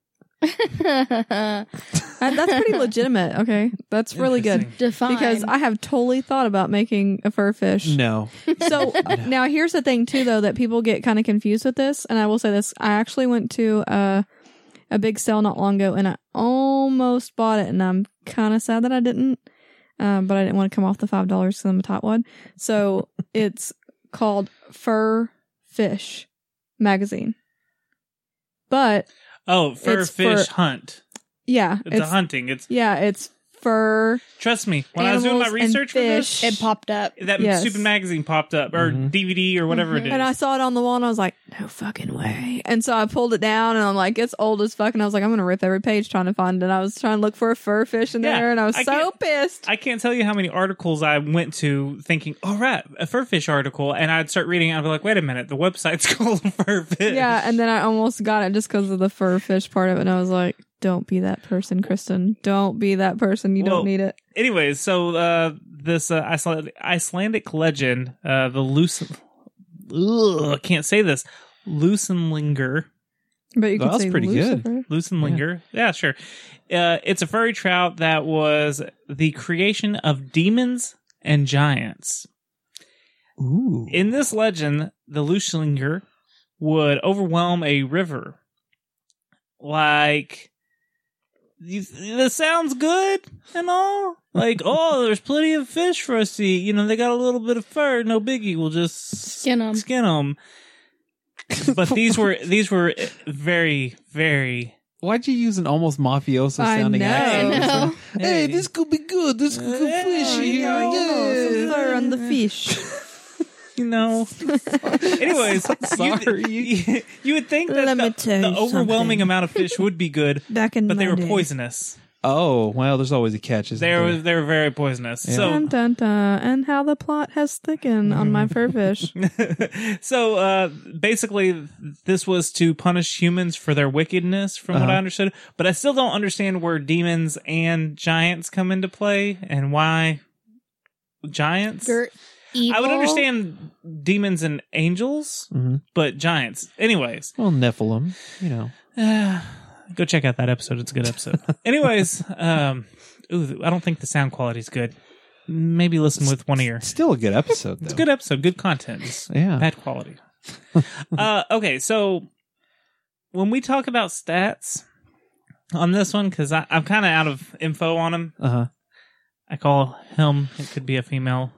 "That- that's pretty legitimate. Okay, that's really good. Interesting. Define. because I have totally thought about making a fur fish. No, So now here's the thing too, though, that people get kind of confused uh, with this, and I will say this: I actually went to a a big sale not long ago, and I almost bought it, and I'm kind of sad that I didn't. Um, but I didn't want to come off the five dollars because I'm a top one. So it's called Fur Fish Magazine. But Oh, fur It's fish for- hunt. yeah, It's, a hunting. It's yeah, it's fur. trust me. When I was doing my Animals and research for this, fish. It popped up. that Yes. Mm-hmm. stupid magazine popped up or Mhm. DVD or whatever it is. And I saw it on the wall, and I was like, "No fucking way!" And so I pulled it down, and I'm like, "It's old as fuck." And I was like, "I'm gonna rip every page trying to find it." And I was trying to look for a fur fish in Yeah, there, and I was I so can't- pissed. I can't tell you how many articles I went to thinking, all right, a fur fish article. And I'd start reading it. I'd be like, wait a minute, the website's called fur fish. yeah, and then I almost got it just because of the fur fish part of it, and I was like, "Don't be that person, Kristen. Don't be that person. You Well, don't need it." Anyways, so uh, this uh, Iceland- Icelandic legend, uh, the loose, ugh, I can't say this, Lucenlinger. But you Well, can that's say pretty good. Lucifer. Lucenlinger. Yeah, sure. Uh, it's a furry trout that was the creation of demons and giants. Ooh. In this legend, the Luchlinger would overwhelm a river. Like, you, this sounds good and all. Like, oh, there's plenty of fish for us to eat. You know, they got a little bit of fur. No biggie. We'll just Skin 'em. Skin them. But these were these were very very. Why'd you use an almost mafioso I sounding know. accent? I know. Hey, this could be good. This could be Yeah, fishy. you know, Yeah. Some fur on the fish. you know. Anyways, Sorry. you, you, you would think that Let me the, tell the you overwhelming something. amount of fish would be good, Back in but my they were day. poisonous. Oh, well, there's always a catch, isn't They were there? they were very poisonous. Dun, dun, dun, and how the plot has thickened on my fur fish. So so uh, basically, this was to punish humans for their wickedness, from what Uh-huh. I understood. But I still don't understand where demons and giants come into play and why giants. Dirt. Evil. I would understand demons and angels, Mhm. but giants. Anyways, Well, Nephilim, you know. Uh, go check out that episode. It's a good episode. Anyways, um, ooh, I don't think the sound quality is good. Maybe listen with one ear. Still a good episode, though. It's a good episode. Good content. Just Yeah. Bad quality. uh, okay, so when we talk about stats on this one, because I'm kind of out of info on him. Uh-huh. I call him. It could be a female.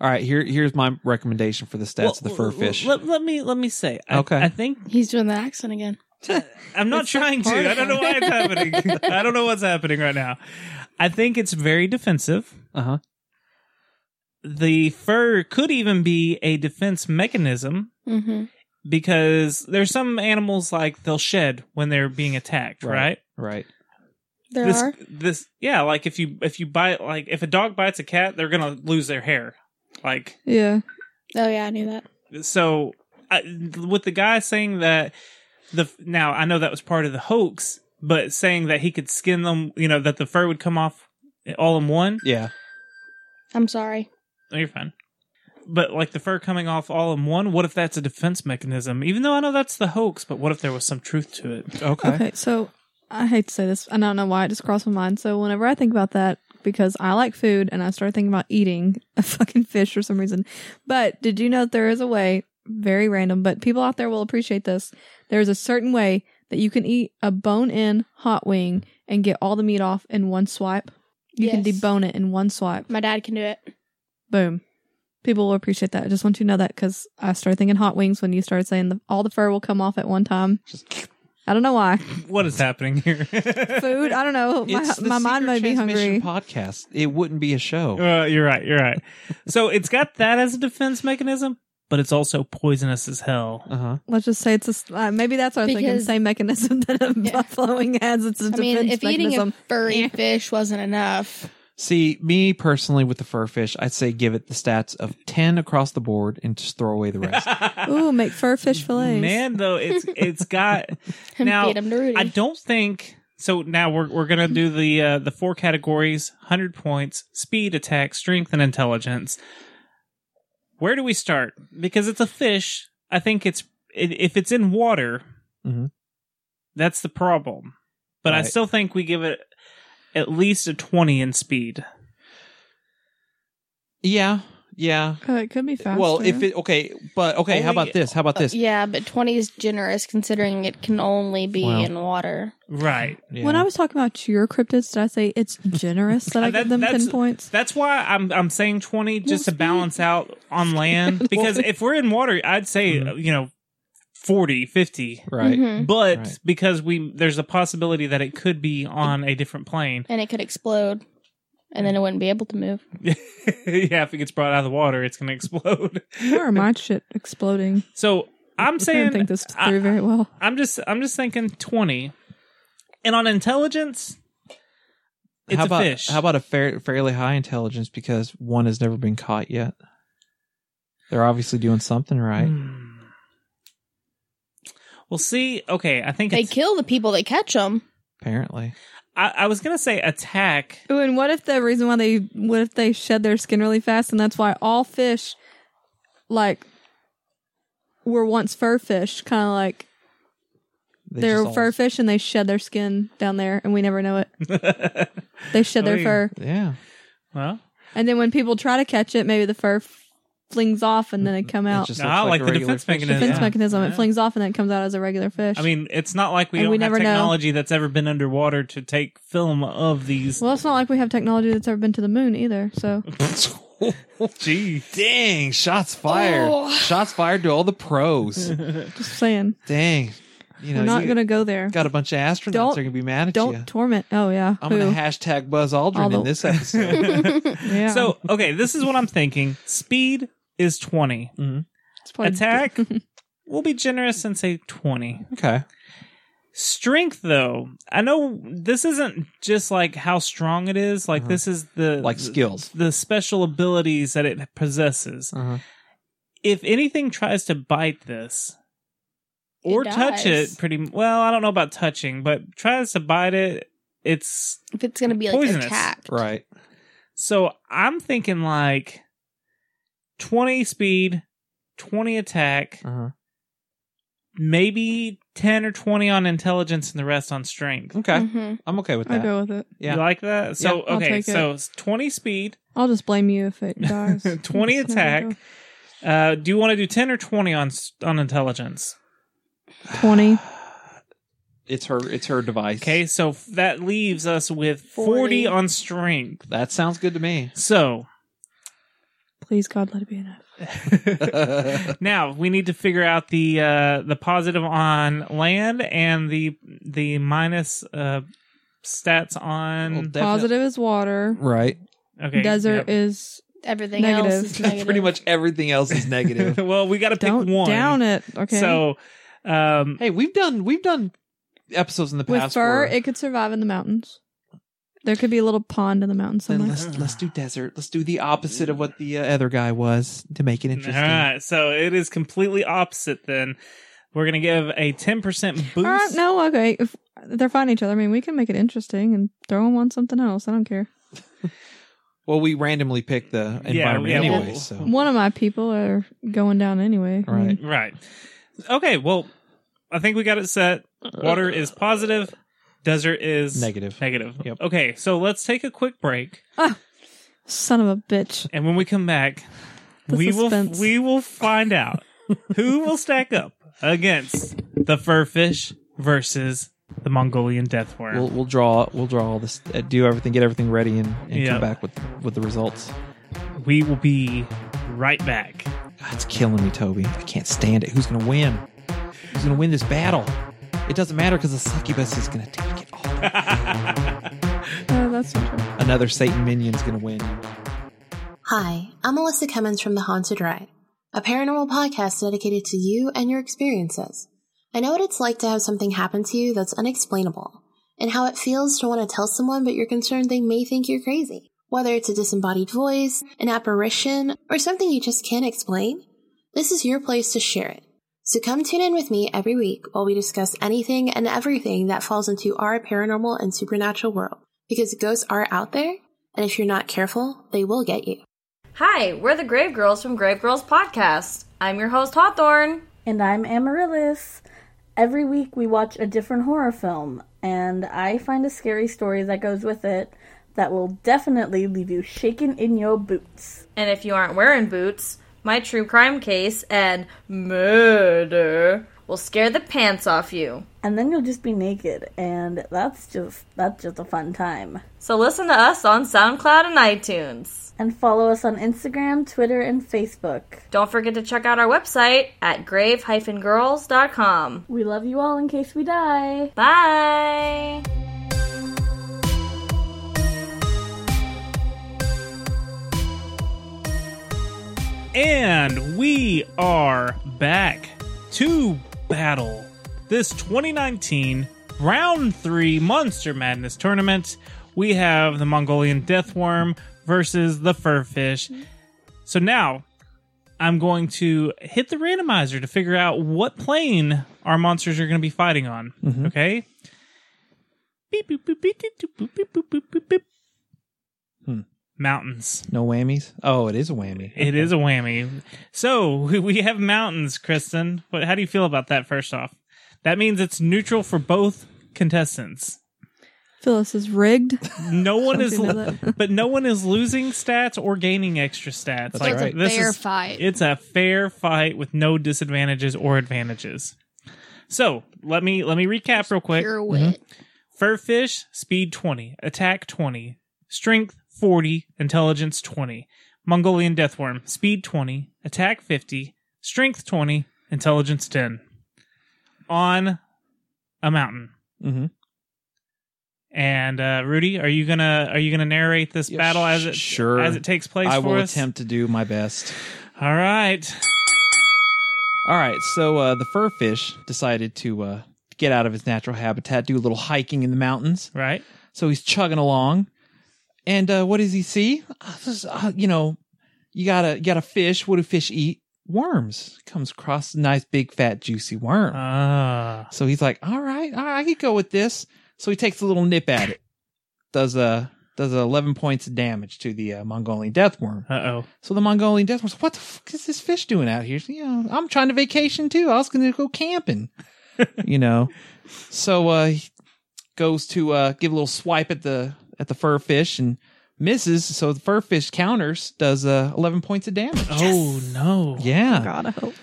All right, here, here's my recommendation for the stats of the fur Well, fish. Let, let me let me say. I- Okay. I think He's doing the accent again. I'm not trying to. I don't know why it's happening. I don't know what's happening right now. I think it's very defensive. Uh-huh. The fur could even be a defense mechanism Mm-hmm. because there's some animals like they'll shed when they're being attacked, right? Right. Right. There this, are. this, yeah, like if you if you bite like if a dog bites a cat, they're gonna lose their hair. Like Yeah. Oh yeah, I knew that. so I, with the guy saying that the now I know that was part of the hoax, but saying that he could skin them, you know, that the fur would come off all in one. Yeah. I'm sorry. Oh, you're fine. But like the fur coming off all in one, what if that's a defense mechanism? Even though I know that's the hoax, but what if there was some truth to it? Okay. Okay, so I hate to say this, and I don't know why it just crossed my mind. So whenever I think about that, because I like food and I started thinking about eating a fucking fish for some reason. But did you know that there is a way, very random, but people out there will appreciate this. There's a certain way that you can eat a bone in hot wing and get all the meat off in one swipe. You can Yes. debone it in one swipe. My dad can do it. Boom. People will appreciate that. I just want you to know that because I started thinking hot wings when you started saying the, all the fur will come off at one time. Just- I don't know why. What is happening here? Food. I don't know. My, It's the my mind Secret might be Transmission hungry. podcast. It wouldn't be a show. Uh, you're right. You're right. So it's got that as a defense mechanism, but it's also poisonous as hell. Uh-huh. Let's just say it's a, s- uh, maybe that's what I was thinking. Because- Same mechanism that a Yeah. buffalo wing has. It's a I defense mean, if eating mechanism. a furry Yeah. fish wasn't enough, See, me personally with the fur fish, I'd say give it the stats of 10 across the board and just throw away the rest. Ooh, make fur fish fillets. Man, though, it's it's got. and Now, feed him to Rudy. I don't think so. Now we're we're gonna do the uh, the four categories: hundred points, speed, attack, strength, and intelligence. Where do we start? Because it's a fish. I think it's i- if it's in water, Mhm. that's the problem. But I Right. still think we give it at least a twenty in speed. yeah. Yeah. Oh, it could be faster. Well, if it okay, but okay, Only- how uh, about this? How about this? Yeah, but 20 is generous considering it can only be Well. in water. Right. Yeah. When I was talking about your cryptids, did I say it's generous that I That- give them that's- ten points? That's why I'm I'm saying 20 just to balance out on land because if we're in water, I'd say Mhm. you know 40, 50. right. Mm-hmm. Mhm. But Right. because we there's a possibility that it could be on a different plane. And it could explode. And then it wouldn't be able to move. yeah, if it gets brought out of the water, it's going to explode. Where are my shit exploding? So, I'm I saying didn't think this I- through very well. I'm just I'm just thinking 20. And on intelligence, it's how a about fish. how about a fair, fairly high intelligence because one has never been caught yet. They're obviously doing something right. Hmm. Well, see, okay, I think They it's, kill the people that catch them. Apparently, I, I was gonna say attack. Ooh, and what if the reason why they what if they shed their skin really fast and that's why all fish like were once fur fish, kinda like they they are just all- fur fish and they shed their skin down there and we never know it. well, They shed Oh, their yeah. fur. Yeah, And then when people try to catch it, maybe the fur f- flings off and then it come It out. just No, looks I like a the regular defense fish. mechanism. Defense Mm-hmm. Yeah. mechanism. Yeah. It flings off and then it comes out as a regular fish. I mean, it's not like we And don't we have never know. technology that's ever been underwater to take film of these. well, it's not like we have technology that's ever been to the moon either. So Gee, Dang! Shots fired! Oh. Shots fired to all the pros. just saying, Dang! You know, we're not you going to go there. got a bunch of astronauts. Don't- that are gonna be mad at Don't you. torment. Oh yeah, I'm gonna Who? hashtag Buzz Aldrin All the- in this episode. yeah. so okay, this is what I'm thinking. Speed is 20. Mm-hmm. It's probably- Attack, we'll be generous and say 20. okay. Strength, though, I know this isn't just like how strong it is. Like Uh-huh. this is the Like skills. the special abilities that it possesses. Uh-huh. If anything tries to bite this or It touch dies. it, pretty well, I don't know about touching, but tries to bite it. It's If it's going to be like Poisonous. attacked. Right. so I'm thinking like twenty speed, twenty attack, Uh-huh. maybe ten or twenty on intelligence, and the rest on strength. Okay. Mhm. I'm okay with Mm. I that. go with it. Yeah. You like that? So I'll okay, take it. so it's twenty speed, I'll just blame you if it dies. twenty That's what I attack. Uh, do you want to do ten or twenty on s- on intelligence? do. Twenty. It's her. It's her device. Okay, so f- that leaves us with forty, 40. on strength. That sounds good to me. So Please God, let it be enough. now we need to figure out the uh, the positive on land and the the minus uh, stats Well, on definite- Positive is water. Right. okay Desert yep. is. Everything else Negative. is negative. Pretty much everything else is negative. well, we got to pick Don't one. down it. Okay. So um, hey, we've done we've done episodes in the With past. fur, where- it could survive in the mountains. There could be a little pond in the mountains then somewhere. let's let's do desert. Let's do the opposite of what the uh, other guy was to make it All interesting. right, so it is completely opposite. Then we're gonna give a ten percent boost. Uh, no, okay. If they're fighting each other, I mean, we can make it interesting and throw them on something else. I don't care. Well, we randomly picked the environment yeah, anyway. well- so One of my people are going down anyway. I mean, Oh. Right. Right. Okay. Well, I think we got it set. Water is positive. Desert is Negative. Negative. Yep. Okay. So let's take a quick break, Son of a bitch. and when we come back, The we suspense. will we will find out who will stack up against the furfish versus the Mongolian death worm. we'll we'll draw we'll draw all this, uh, do everything, get everything ready, and, and Yeah. come back with with the results. we will be right back. God, it's killing me, Toby. I can't stand it. Who's gonna win? Who's gonna win this battle? It doesn't matter because the succubus is gonna take it all. Oh, that's not true. Another Satan minion's gonna win. Hi, I'm Alyssa Cummins from The Haunted Ride, a paranormal podcast dedicated to you and your experiences. I know what it's like to have something happen to you that's unexplainable, and how it feels to want to tell someone but you're concerned they may think you're crazy. Whether it's a disembodied voice, an apparition, or something you just can't explain, this is your place to share it. So come tune in with me every week while we discuss anything and everything that falls into our paranormal and supernatural world, because ghosts are out there, and if you're not careful, they will get you. Hi, we're the Grave Girls from Grave Girls Podcast. I'm your host, Hawthorne. And I'm Amaryllis. Every week we watch a different horror film, and I find a scary story that goes with it, that will definitely leave you shaking in your boots. And if you aren't wearing boots, my true crime case and murder will scare the pants off you. And then you'll just be naked, and that's just that's just a fun time. So listen to us on SoundCloud and iTunes. And follow us on Instagram, Twitter, and Facebook. Don't forget to check out our website at grave-girls.com. We love you all in case we die. Bye. And we are back to battle this 2019 round three Monster Madness tournament. We have the Mongolian Death Worm versus the Furfish. So now I'm going to hit the randomizer to figure out what plane our monsters are going to be fighting on. Mhm. Okay. Beep, boop, boop, beep, doop, doop, boop, boop, boop, boop, boop. Hmm. Mountains. No whammies? Oh, it is a whammy. It is a whammy. So we have mountains, Kristen. What? How do you feel about that? First off, that means it's neutral for both contestants. Phyllis is rigged. No one is, Something to but no one is losing stats or gaining extra stats. That's like right. It's a this fair is, fight. It's a fair fight with no disadvantages or advantages. So let me let me recap real quick. Pure wit. Furfish, speed 20, attack 20, strength 40, intelligence 20. Mongolian Deathworm, speed 20, attack 50, strength 20, intelligence 10. On a mountain. Mm-hmm. And uh, Rudy, are you gonna are you gonna narrate this battle as it sure. as it takes place I for will us? attempt to do my best. All right. All right, so uh, the fur fish decided to uh, get out of his natural habitat, do a little hiking in the mountains. Right. So he's chugging along, and uh, what does he see? Uh, this- uh, you know, you gotta you got a fish. What do fish eat? Worms. Comes across a nice big fat juicy worm. Ah. So he's like, all right, all right, I could go with this. So he takes a little nip at it. Does uh does eleven points of damage to the uh, Mongolian death worm. Uh oh. So the Mongolian death worm's like, what the fuck is this fish doing out here? You know, I'm trying to vacation too. I was going to go camping. you know, so uh, he goes to uh, give a little swipe at the at the fur fish and misses. So the fur fish counters, does uh, eleven points of damage. Oh no. Yeah. God, I hope.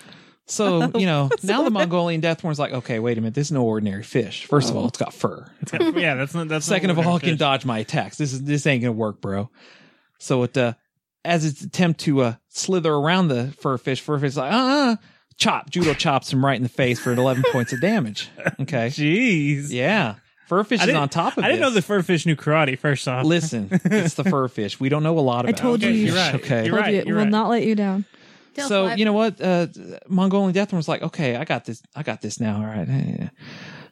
So you know now the Mongolian death worm's like, okay, wait a minute, this is no ordinary fish. First of all, it's got fur. yeah, that's not Oh. that's not Second of all, it ordinary can dodge my attacks. This is this ain't gonna work, bro. So it uh, as its attempt to uh, slither around the fur fish, fur fish is like uh, uh chop judo chops him right in the face for eleven points of damage. Okay, jeez, yeah, fur fish I is didn't- on top of. I didn't know this. the fur fish knew karate. First off, Listen, it's the fur fish. We don't know a lot I about. told you it. you You're right. Okay. You're Told right. you it You're will right. not let you down. Tell so five. you know what? Uh, Mongolian Death Worm's like, okay, I got this. I got this now. All right. Yeah.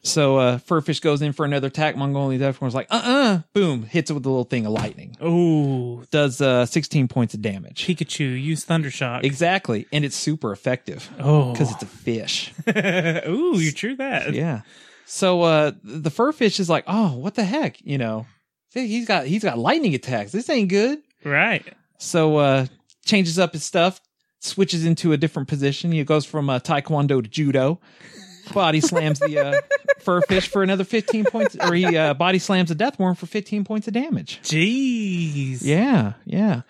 So uh, Furfish goes in for another attack. Mongolian Death Worm's like, uh, uh boom, hits it with a little thing of lightning. Oh, Does uh, 16 points of damage. Pikachu use Thundershock. Exactly, and it's super effective. Oh. because it's a fish. Ooh, you true that. yeah. So uh, the Furfish is like, oh, what the heck? You know, he's got he's got lightning attacks. This ain't good. Right. So uh changes up his stuff, switches into a different position. He goes from uh, taekwondo to judo. Body slams the uh, fur fish for another 15 points or he uh, body slams the death worm for 15 points of damage. Jeez. Yeah, yeah.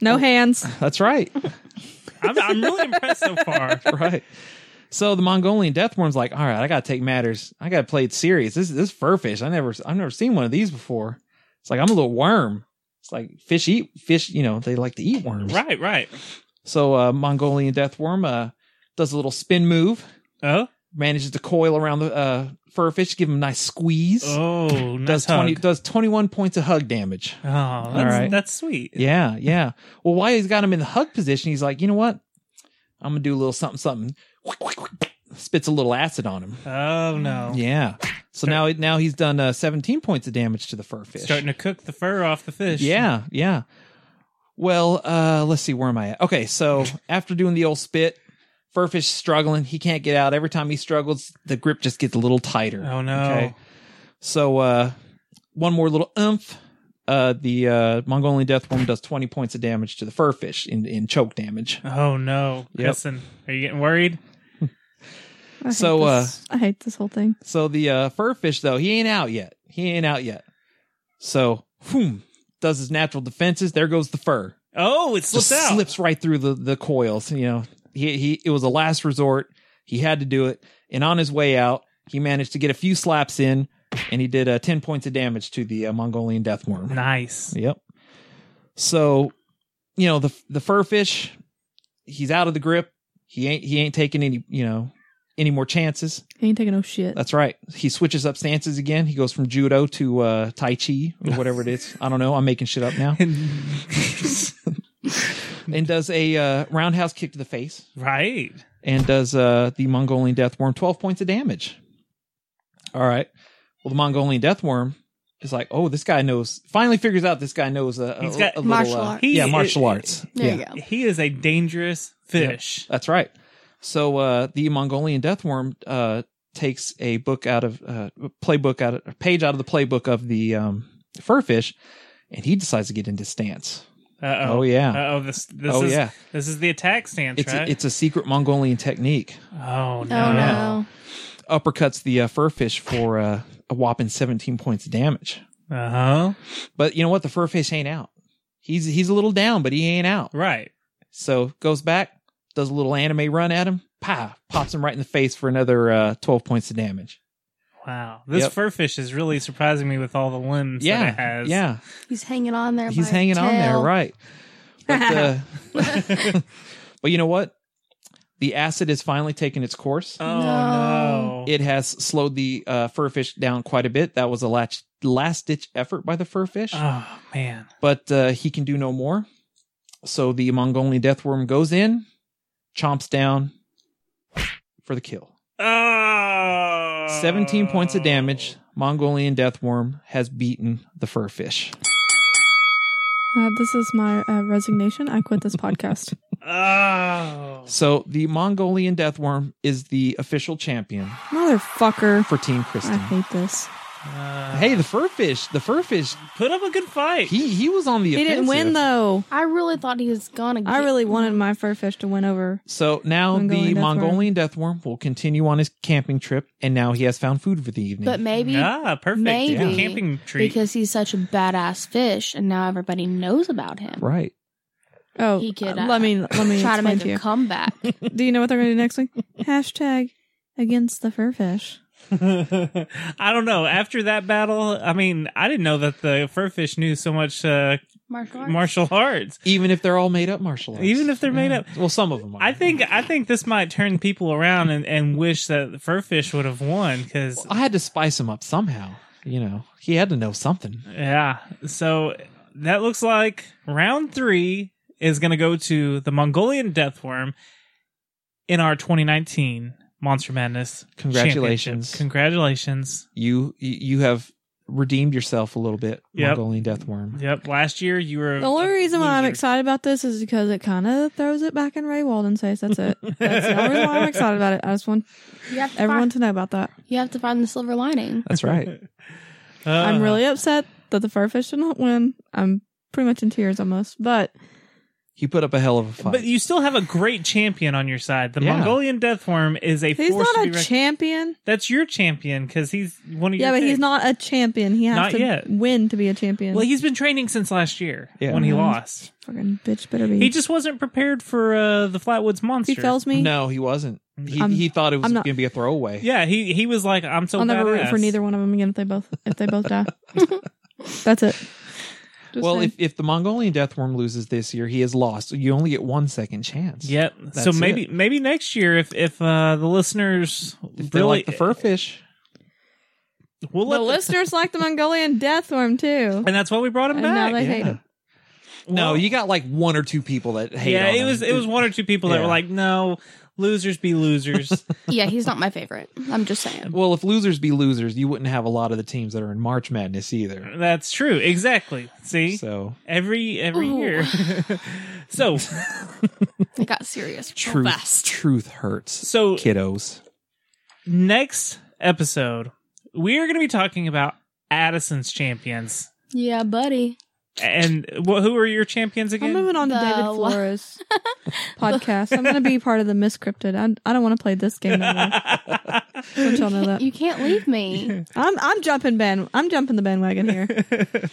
No hands. That's right. I'm, I'm really impressed so far. Right. So the Mongolian death worm's like, "All right, I got to take matters. I got to play it serious. This this fur fish. I never I've never seen one of these before. It's like I'm a little worm. It's like fish eat fish, you know, they like to eat worms. Right, right. So uh, Mongolian death worm uh, does a little spin move, Oh, manages to coil around the uh, fur fish, give him a nice squeeze. oh, nice does hug. does twenty one points of hug damage. Oh, that's, right. that's sweet. Yeah, yeah. Well, while he's got him in the hug position, he's like, you know what? I'm gonna do a little something, something. Spits a little acid on him. Oh no. Yeah. So now now he's done uh, seventeen points of damage to the fur fish. Starting to cook the fur off the fish. Yeah, yeah. Well, uh, let's see, where am I at? Okay, so after doing the old spit, Furfish struggling. He can't get out. Every time he struggles, the grip just gets a little tighter. Oh no. So uh one more little oomph. Uh the uh Mongolian death worm does twenty points of damage to the furfish in, in choke damage. Oh no. Yep. Listen, are you getting worried? I hate So, uh, this. I hate this whole thing. So the uh, fur fish though, he ain't out yet. He ain't out yet. So, whoom, does his natural defenses. There goes the fur. Oh, it slipped Just out. Slips right through the the coils. You know, he he. It was a last resort. He had to do it. And on his way out, he managed to get a few slaps in, and he did uh, ten points of damage to the uh, Mongolian death worm. Nice. Yep. So, you know the the fur fish. He's out of the grip. He ain't he ain't taking any you know any more chances. He ain't taking no shit. That's right. He switches up stances again. He goes from judo to uh, tai chi or whatever it is. I don't know. I'm making shit up now. and does a uh, roundhouse kick to the face. Right. And does uh, the Mongolian death worm 12 points of damage. All right. Well, the Mongolian death worm is like, oh, this guy knows. Finally figures out this guy knows a, a, He's got a little, uh, He yeah, is- martial arts. yeah. Oh, He is a dangerous fish. Yep, that's right. So uh, the Mongolian death worm uh, takes a book out of uh, a playbook out of a page out of the playbook of the um, fur fish, and he decides to get into stance. Uh-oh. Oh, yeah. Uh oh. This. This Oh, is, yeah. This is the attack stance, It's right? a, it's a secret Mongolian technique. oh no. Uppercuts the uh, fur fish for uh, a whopping seventeen points of damage. Uh huh. But you know what? The fur fish ain't out. He's he's a little down, but he ain't out. Right. So goes back, does a little anime run at him. Pa! Pops him right in the face for another uh, twelve points of damage. Wow. This Yep. fur fish is really surprising me with all the limbs Yeah, that it has. yeah. He's hanging on there. He's by a hanging on there, tail. right? But, uh, but you know what? The acid has finally taken its course. Oh no. It has slowed the uh, fur fish down quite a bit. That was a last last ditch effort by the fur fish, Oh man. but uh, he can do no more. So the Mongolian death worm goes in, chomps down for the kill. Oh. 17 points of damage. Mongolian death worm has beaten the fur fish. Uh, this is my uh, resignation. I quit this podcast. Oh. So the Mongolian death worm is the official champion Motherfucker. for Team Kristen. I hate this. Hey, the fur fish, the fur fish, Put up a good fight. he he was on the He didn't win offensive. though. I really thought he was gonna. Get I really wanted my fur fish to win over. So now Mongolian the death worm. Mongolian death worm will continue on his camping trip, and now he has found food for the evening. But maybe, Ah, perfect. maybe Yeah. Camping treat. because he's such a badass fish, and now everybody knows about him. right. Oh, He could. uh, Uh, let me let me try to explain make you. a comeback. Do you know what they're going to do next week? Hashtag against the fur fish. I don't know. After that battle, I mean, I didn't know that the fur fish knew so much uh, Martial arts. martial arts. Even if they're all made up martial arts. Even if they're made up. Well, some of them are. I think I think this might turn people around and, and wish that the fur fish would have won because I had to spice him up somehow. You know, he had to know something. yeah. So that looks like round three is going to go to the Mongolian death worm in our 2019 Monster Madness. Congratulations. Championship. Congratulations! You you you have redeemed yourself a little bit, Yep. Mongolian death worm. Yep. Last year you were The only reason why I'm Uh, loser. excited about this is because it kind of throws it back in Ray Walden's face. That's it. That's the only reason why I'm excited about it. I just want You have to everyone Find, to know about that. you have to find the silver lining. That's right. Uh, I'm really upset that the fur fish did not win. I'm pretty much in tears almost, but He put up a hell of a fight. Uh, But you still have a great champion on your side. The Yeah. Mongolian death worm is a he's force to not be a reckoned- champion. That's your champion because he's one of your. Yeah, but he's picks. not a champion. He has Not to yet. win to be a champion. Well, he's been training since last year Yeah. when he Mhm. lost. fucking bitch better be. He just wasn't prepared for uh, the Flatwoods if monster. he fails me. No, he wasn't. He, I'm- he thought it was I'm not- going to be a throwaway. Yeah, he he was like, "I'm so I'll never root for badass." neither one of them again if they both if they both die. That's it. Just well, saying. if, if the Mongolian death worm loses this year, he has lost. You only get one second chance. Yep. That's so maybe it. maybe next year, if if uh, the listeners If they really like the fur fish, we'll the let the- listeners like the Mongolian death worm too. and that's why we brought him And back. now they hate Yeah. him. no, Well- you got like one or two people that hate. yeah, on it him. was it was one or two people that Yeah. were like, "No, losers be losers." yeah, he's not my favorite. I'm just saying. Well, if losers be losers, you wouldn't have a lot of the teams that are in March Madness either. That's true. Exactly. See, So every every Oh. Ooh. year. so It got serious real truth, fast. truth hurts, so kiddos. next episode we are going to be talking about Addison's champions. Yeah, buddy. And wh- who are your champions I'm again? moving on to David The- Flores podcast. I'm going to be part of the Miscripted. I, I don't want to play this game anymore. Don't y'all know that. You can't leave me. I'm I'm jumping Ben. I'm jumping the bandwagon here.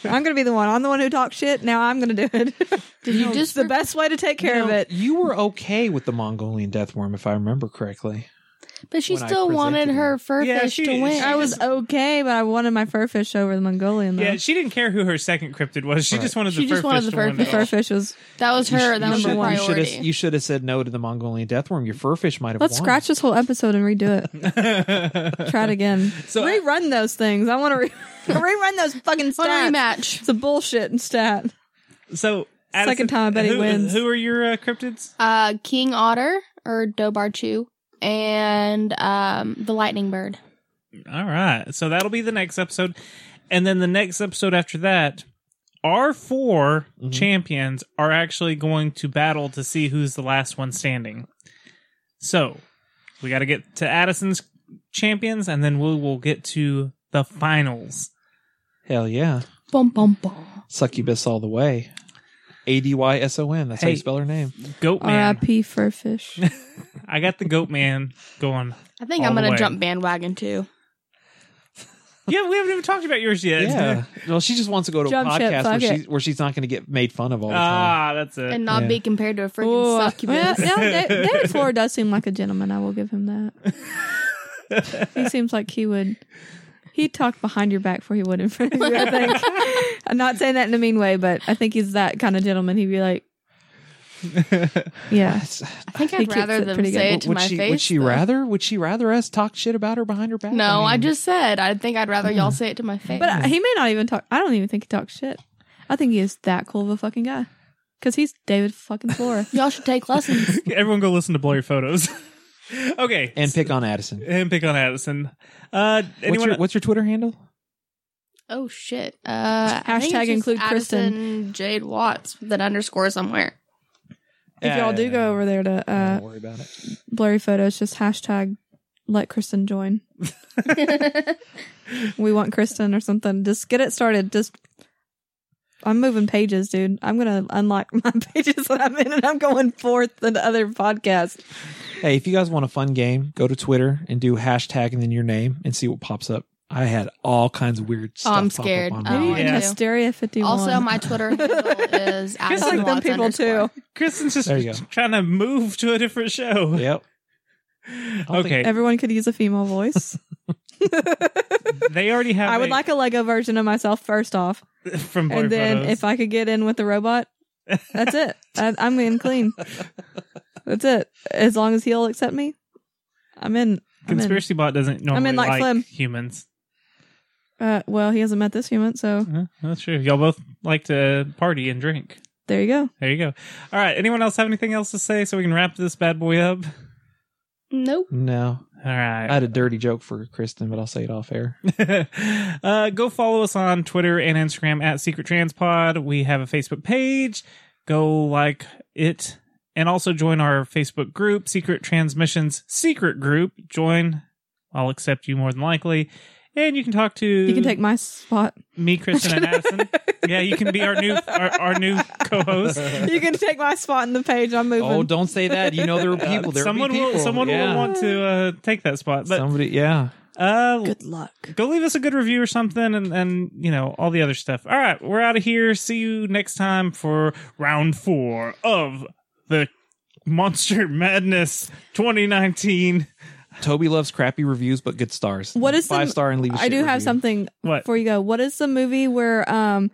I'm going to be the one. I'm the one who talks shit. Now I'm going to do it. Did you just the best way to take care of it? You were okay with the Mongolian death worm, if I remember correctly. But she When I still wanted presented her fur Yeah, fish she- to win. I was okay, but I wanted my fur fish over the Mongolian though. Yeah, she didn't care who her second cryptid was. She just wanted the She fur just wanted fish the to fur win the it all. fur fish was. that was her. that was should- her you should have priority. you should have said no to the Mongolian death worm. Your fur fish might have Let's won. scratch this whole episode and redo it. Try it again. So- rerun those things. I want to re- rerun those fucking Want a stats. rematch. It's a bullshit and stat. So Second Addison, time I bet he who- wins. Who are your uh, cryptids? Uh, King Otter or Dobarchu and um the lightning bird. All right. So that'll be the next episode. And then the next episode after that, our 4 Mm-hmm. champions are actually going to battle to see who's the last one standing. So we got to get to Addison's champions, and then we will get to the finals. Hell yeah, Bum bum bum. succubus all the way. A D Y S O N. That's how Hey. you spell her name. Uh, Goat man. R.I.P. Furfish. I got the goat man going. I think all I'm the gonna way. jump bandwagon too. Yeah, we haven't even talked about yours yet. Yeah. well, she just wants to go to a Jump ship, podcast where, fuck it. she's where she's not going to get made fun of all the time. ah, that's it. And not Yeah. be compared to a freaking Ooh, I- succubus. well, no, Da- David Floor does seem like a gentleman. I will give him that. he seems like he would. He'd talk behind your back before he would in front of you. I think. I'm not saying that in a mean way, but I think he's that kind of gentleman. He'd be like, "Yeah, I think He I'd keeps rather it them pretty say good. it to would my she face. would she though. rather would she rather us talk shit about her behind her back? No, I mean, just said I think I'd rather y'all say it to my face. Hmm. But he may not even talk. I don't even think he talks shit. I think he is that cool of a fucking guy because he's David fucking Flora. y'all should take lessons. Everyone go listen to Blurry Photos. okay. and pick on Addison. and pick on Addison. Uh, What's anyone? your, what's your Twitter handle? oh shit! Uh, I think it's Hashtag just include Kristen. Addison Jade Watts with an underscore somewhere. if y'all do go over there to uh, Don't worry about it. blurry photos, just hashtag let Kristen join. we want Kristen or something. Just get it started. Just. I'm moving pages, dude. I'm gonna unlock my pages that I'm in, and I'm going forth into other podcasts. Hey, if you guys want a fun game, go to Twitter and do hashtag and then your name and see what pops up. I had all kinds of weird Oh, stuff. Oh, I'm pop up scared. on I don't mine. wanna Yeah. do. Hysteria 51. Also, my Twitter handle is Just Addison like them Watts people too. underscore. Kristen's just There you go. trying to move to a different Oh. show. Yep. don't Okay, Everyone could use a female voice. they already have. I would a- like a Lego version of myself first off, from Blurry and then Photos. if I could get in with the robot, that's it. I, I'm in clean. That's it. As long as he'll accept me, I'm in. I'm in. Conspiracy Bot doesn't normally in like Flim. humans. Uh, well, he hasn't met this human, so Huh? That's true. Y'all both like to party and drink. there you go. There you go. All right. Anyone else have anything else to say so we can wrap this bad boy up? Nope. No, All right. I had a dirty joke for Kristen, but I'll say it off air. uh, go follow us on Twitter and Instagram at Secret Transpod. We have a Facebook page. Go like it. And also join our Facebook group, Secret Transmissions Secret Group. Join. I'll accept you more than likely. And you can talk to You can take my spot. me, Kristen, and Addison. yeah, you can be our new our, our new co-host. You can take my spot in the page. I'm moving. oh, don't say that. You know there are people. There someone be people. will someone yeah. will want to uh, take that spot. But Somebody, yeah. uh, Good luck. go leave us a good review or something and and you know all the other stuff all right we're out of here see you next time for round four of the monster madness 2019 Toby loves crappy reviews but good stars. What is the- five star and leave? a I shit do have review. something what before you go. What is the movie where um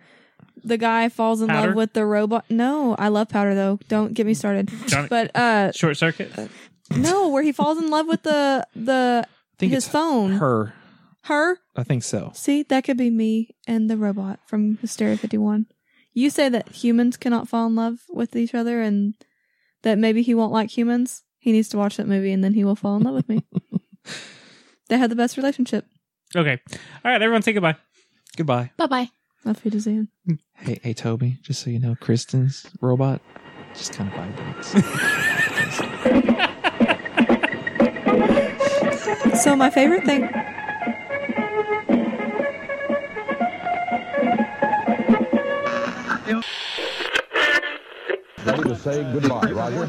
the guy falls in Powder? love with the robot? No, I love powder though. Don't get me started. Johnny- But uh short circuit no, where he falls in love with the the I think his it's phone. Her, Her? I think so. See, that could be me and the robot from Hysteria 51. You say that humans cannot fall in love with each other and that maybe he won't like humans. He needs to watch that movie and then he will fall in love with me. they had the best relationship. okay all right everyone say goodbye Goodbye. Bye bye. Love you to Zan. Hey, hey, Toby. Just so you know, Kristen's robot just kind of vibrates. So my favorite thing way to say goodbye, Roger.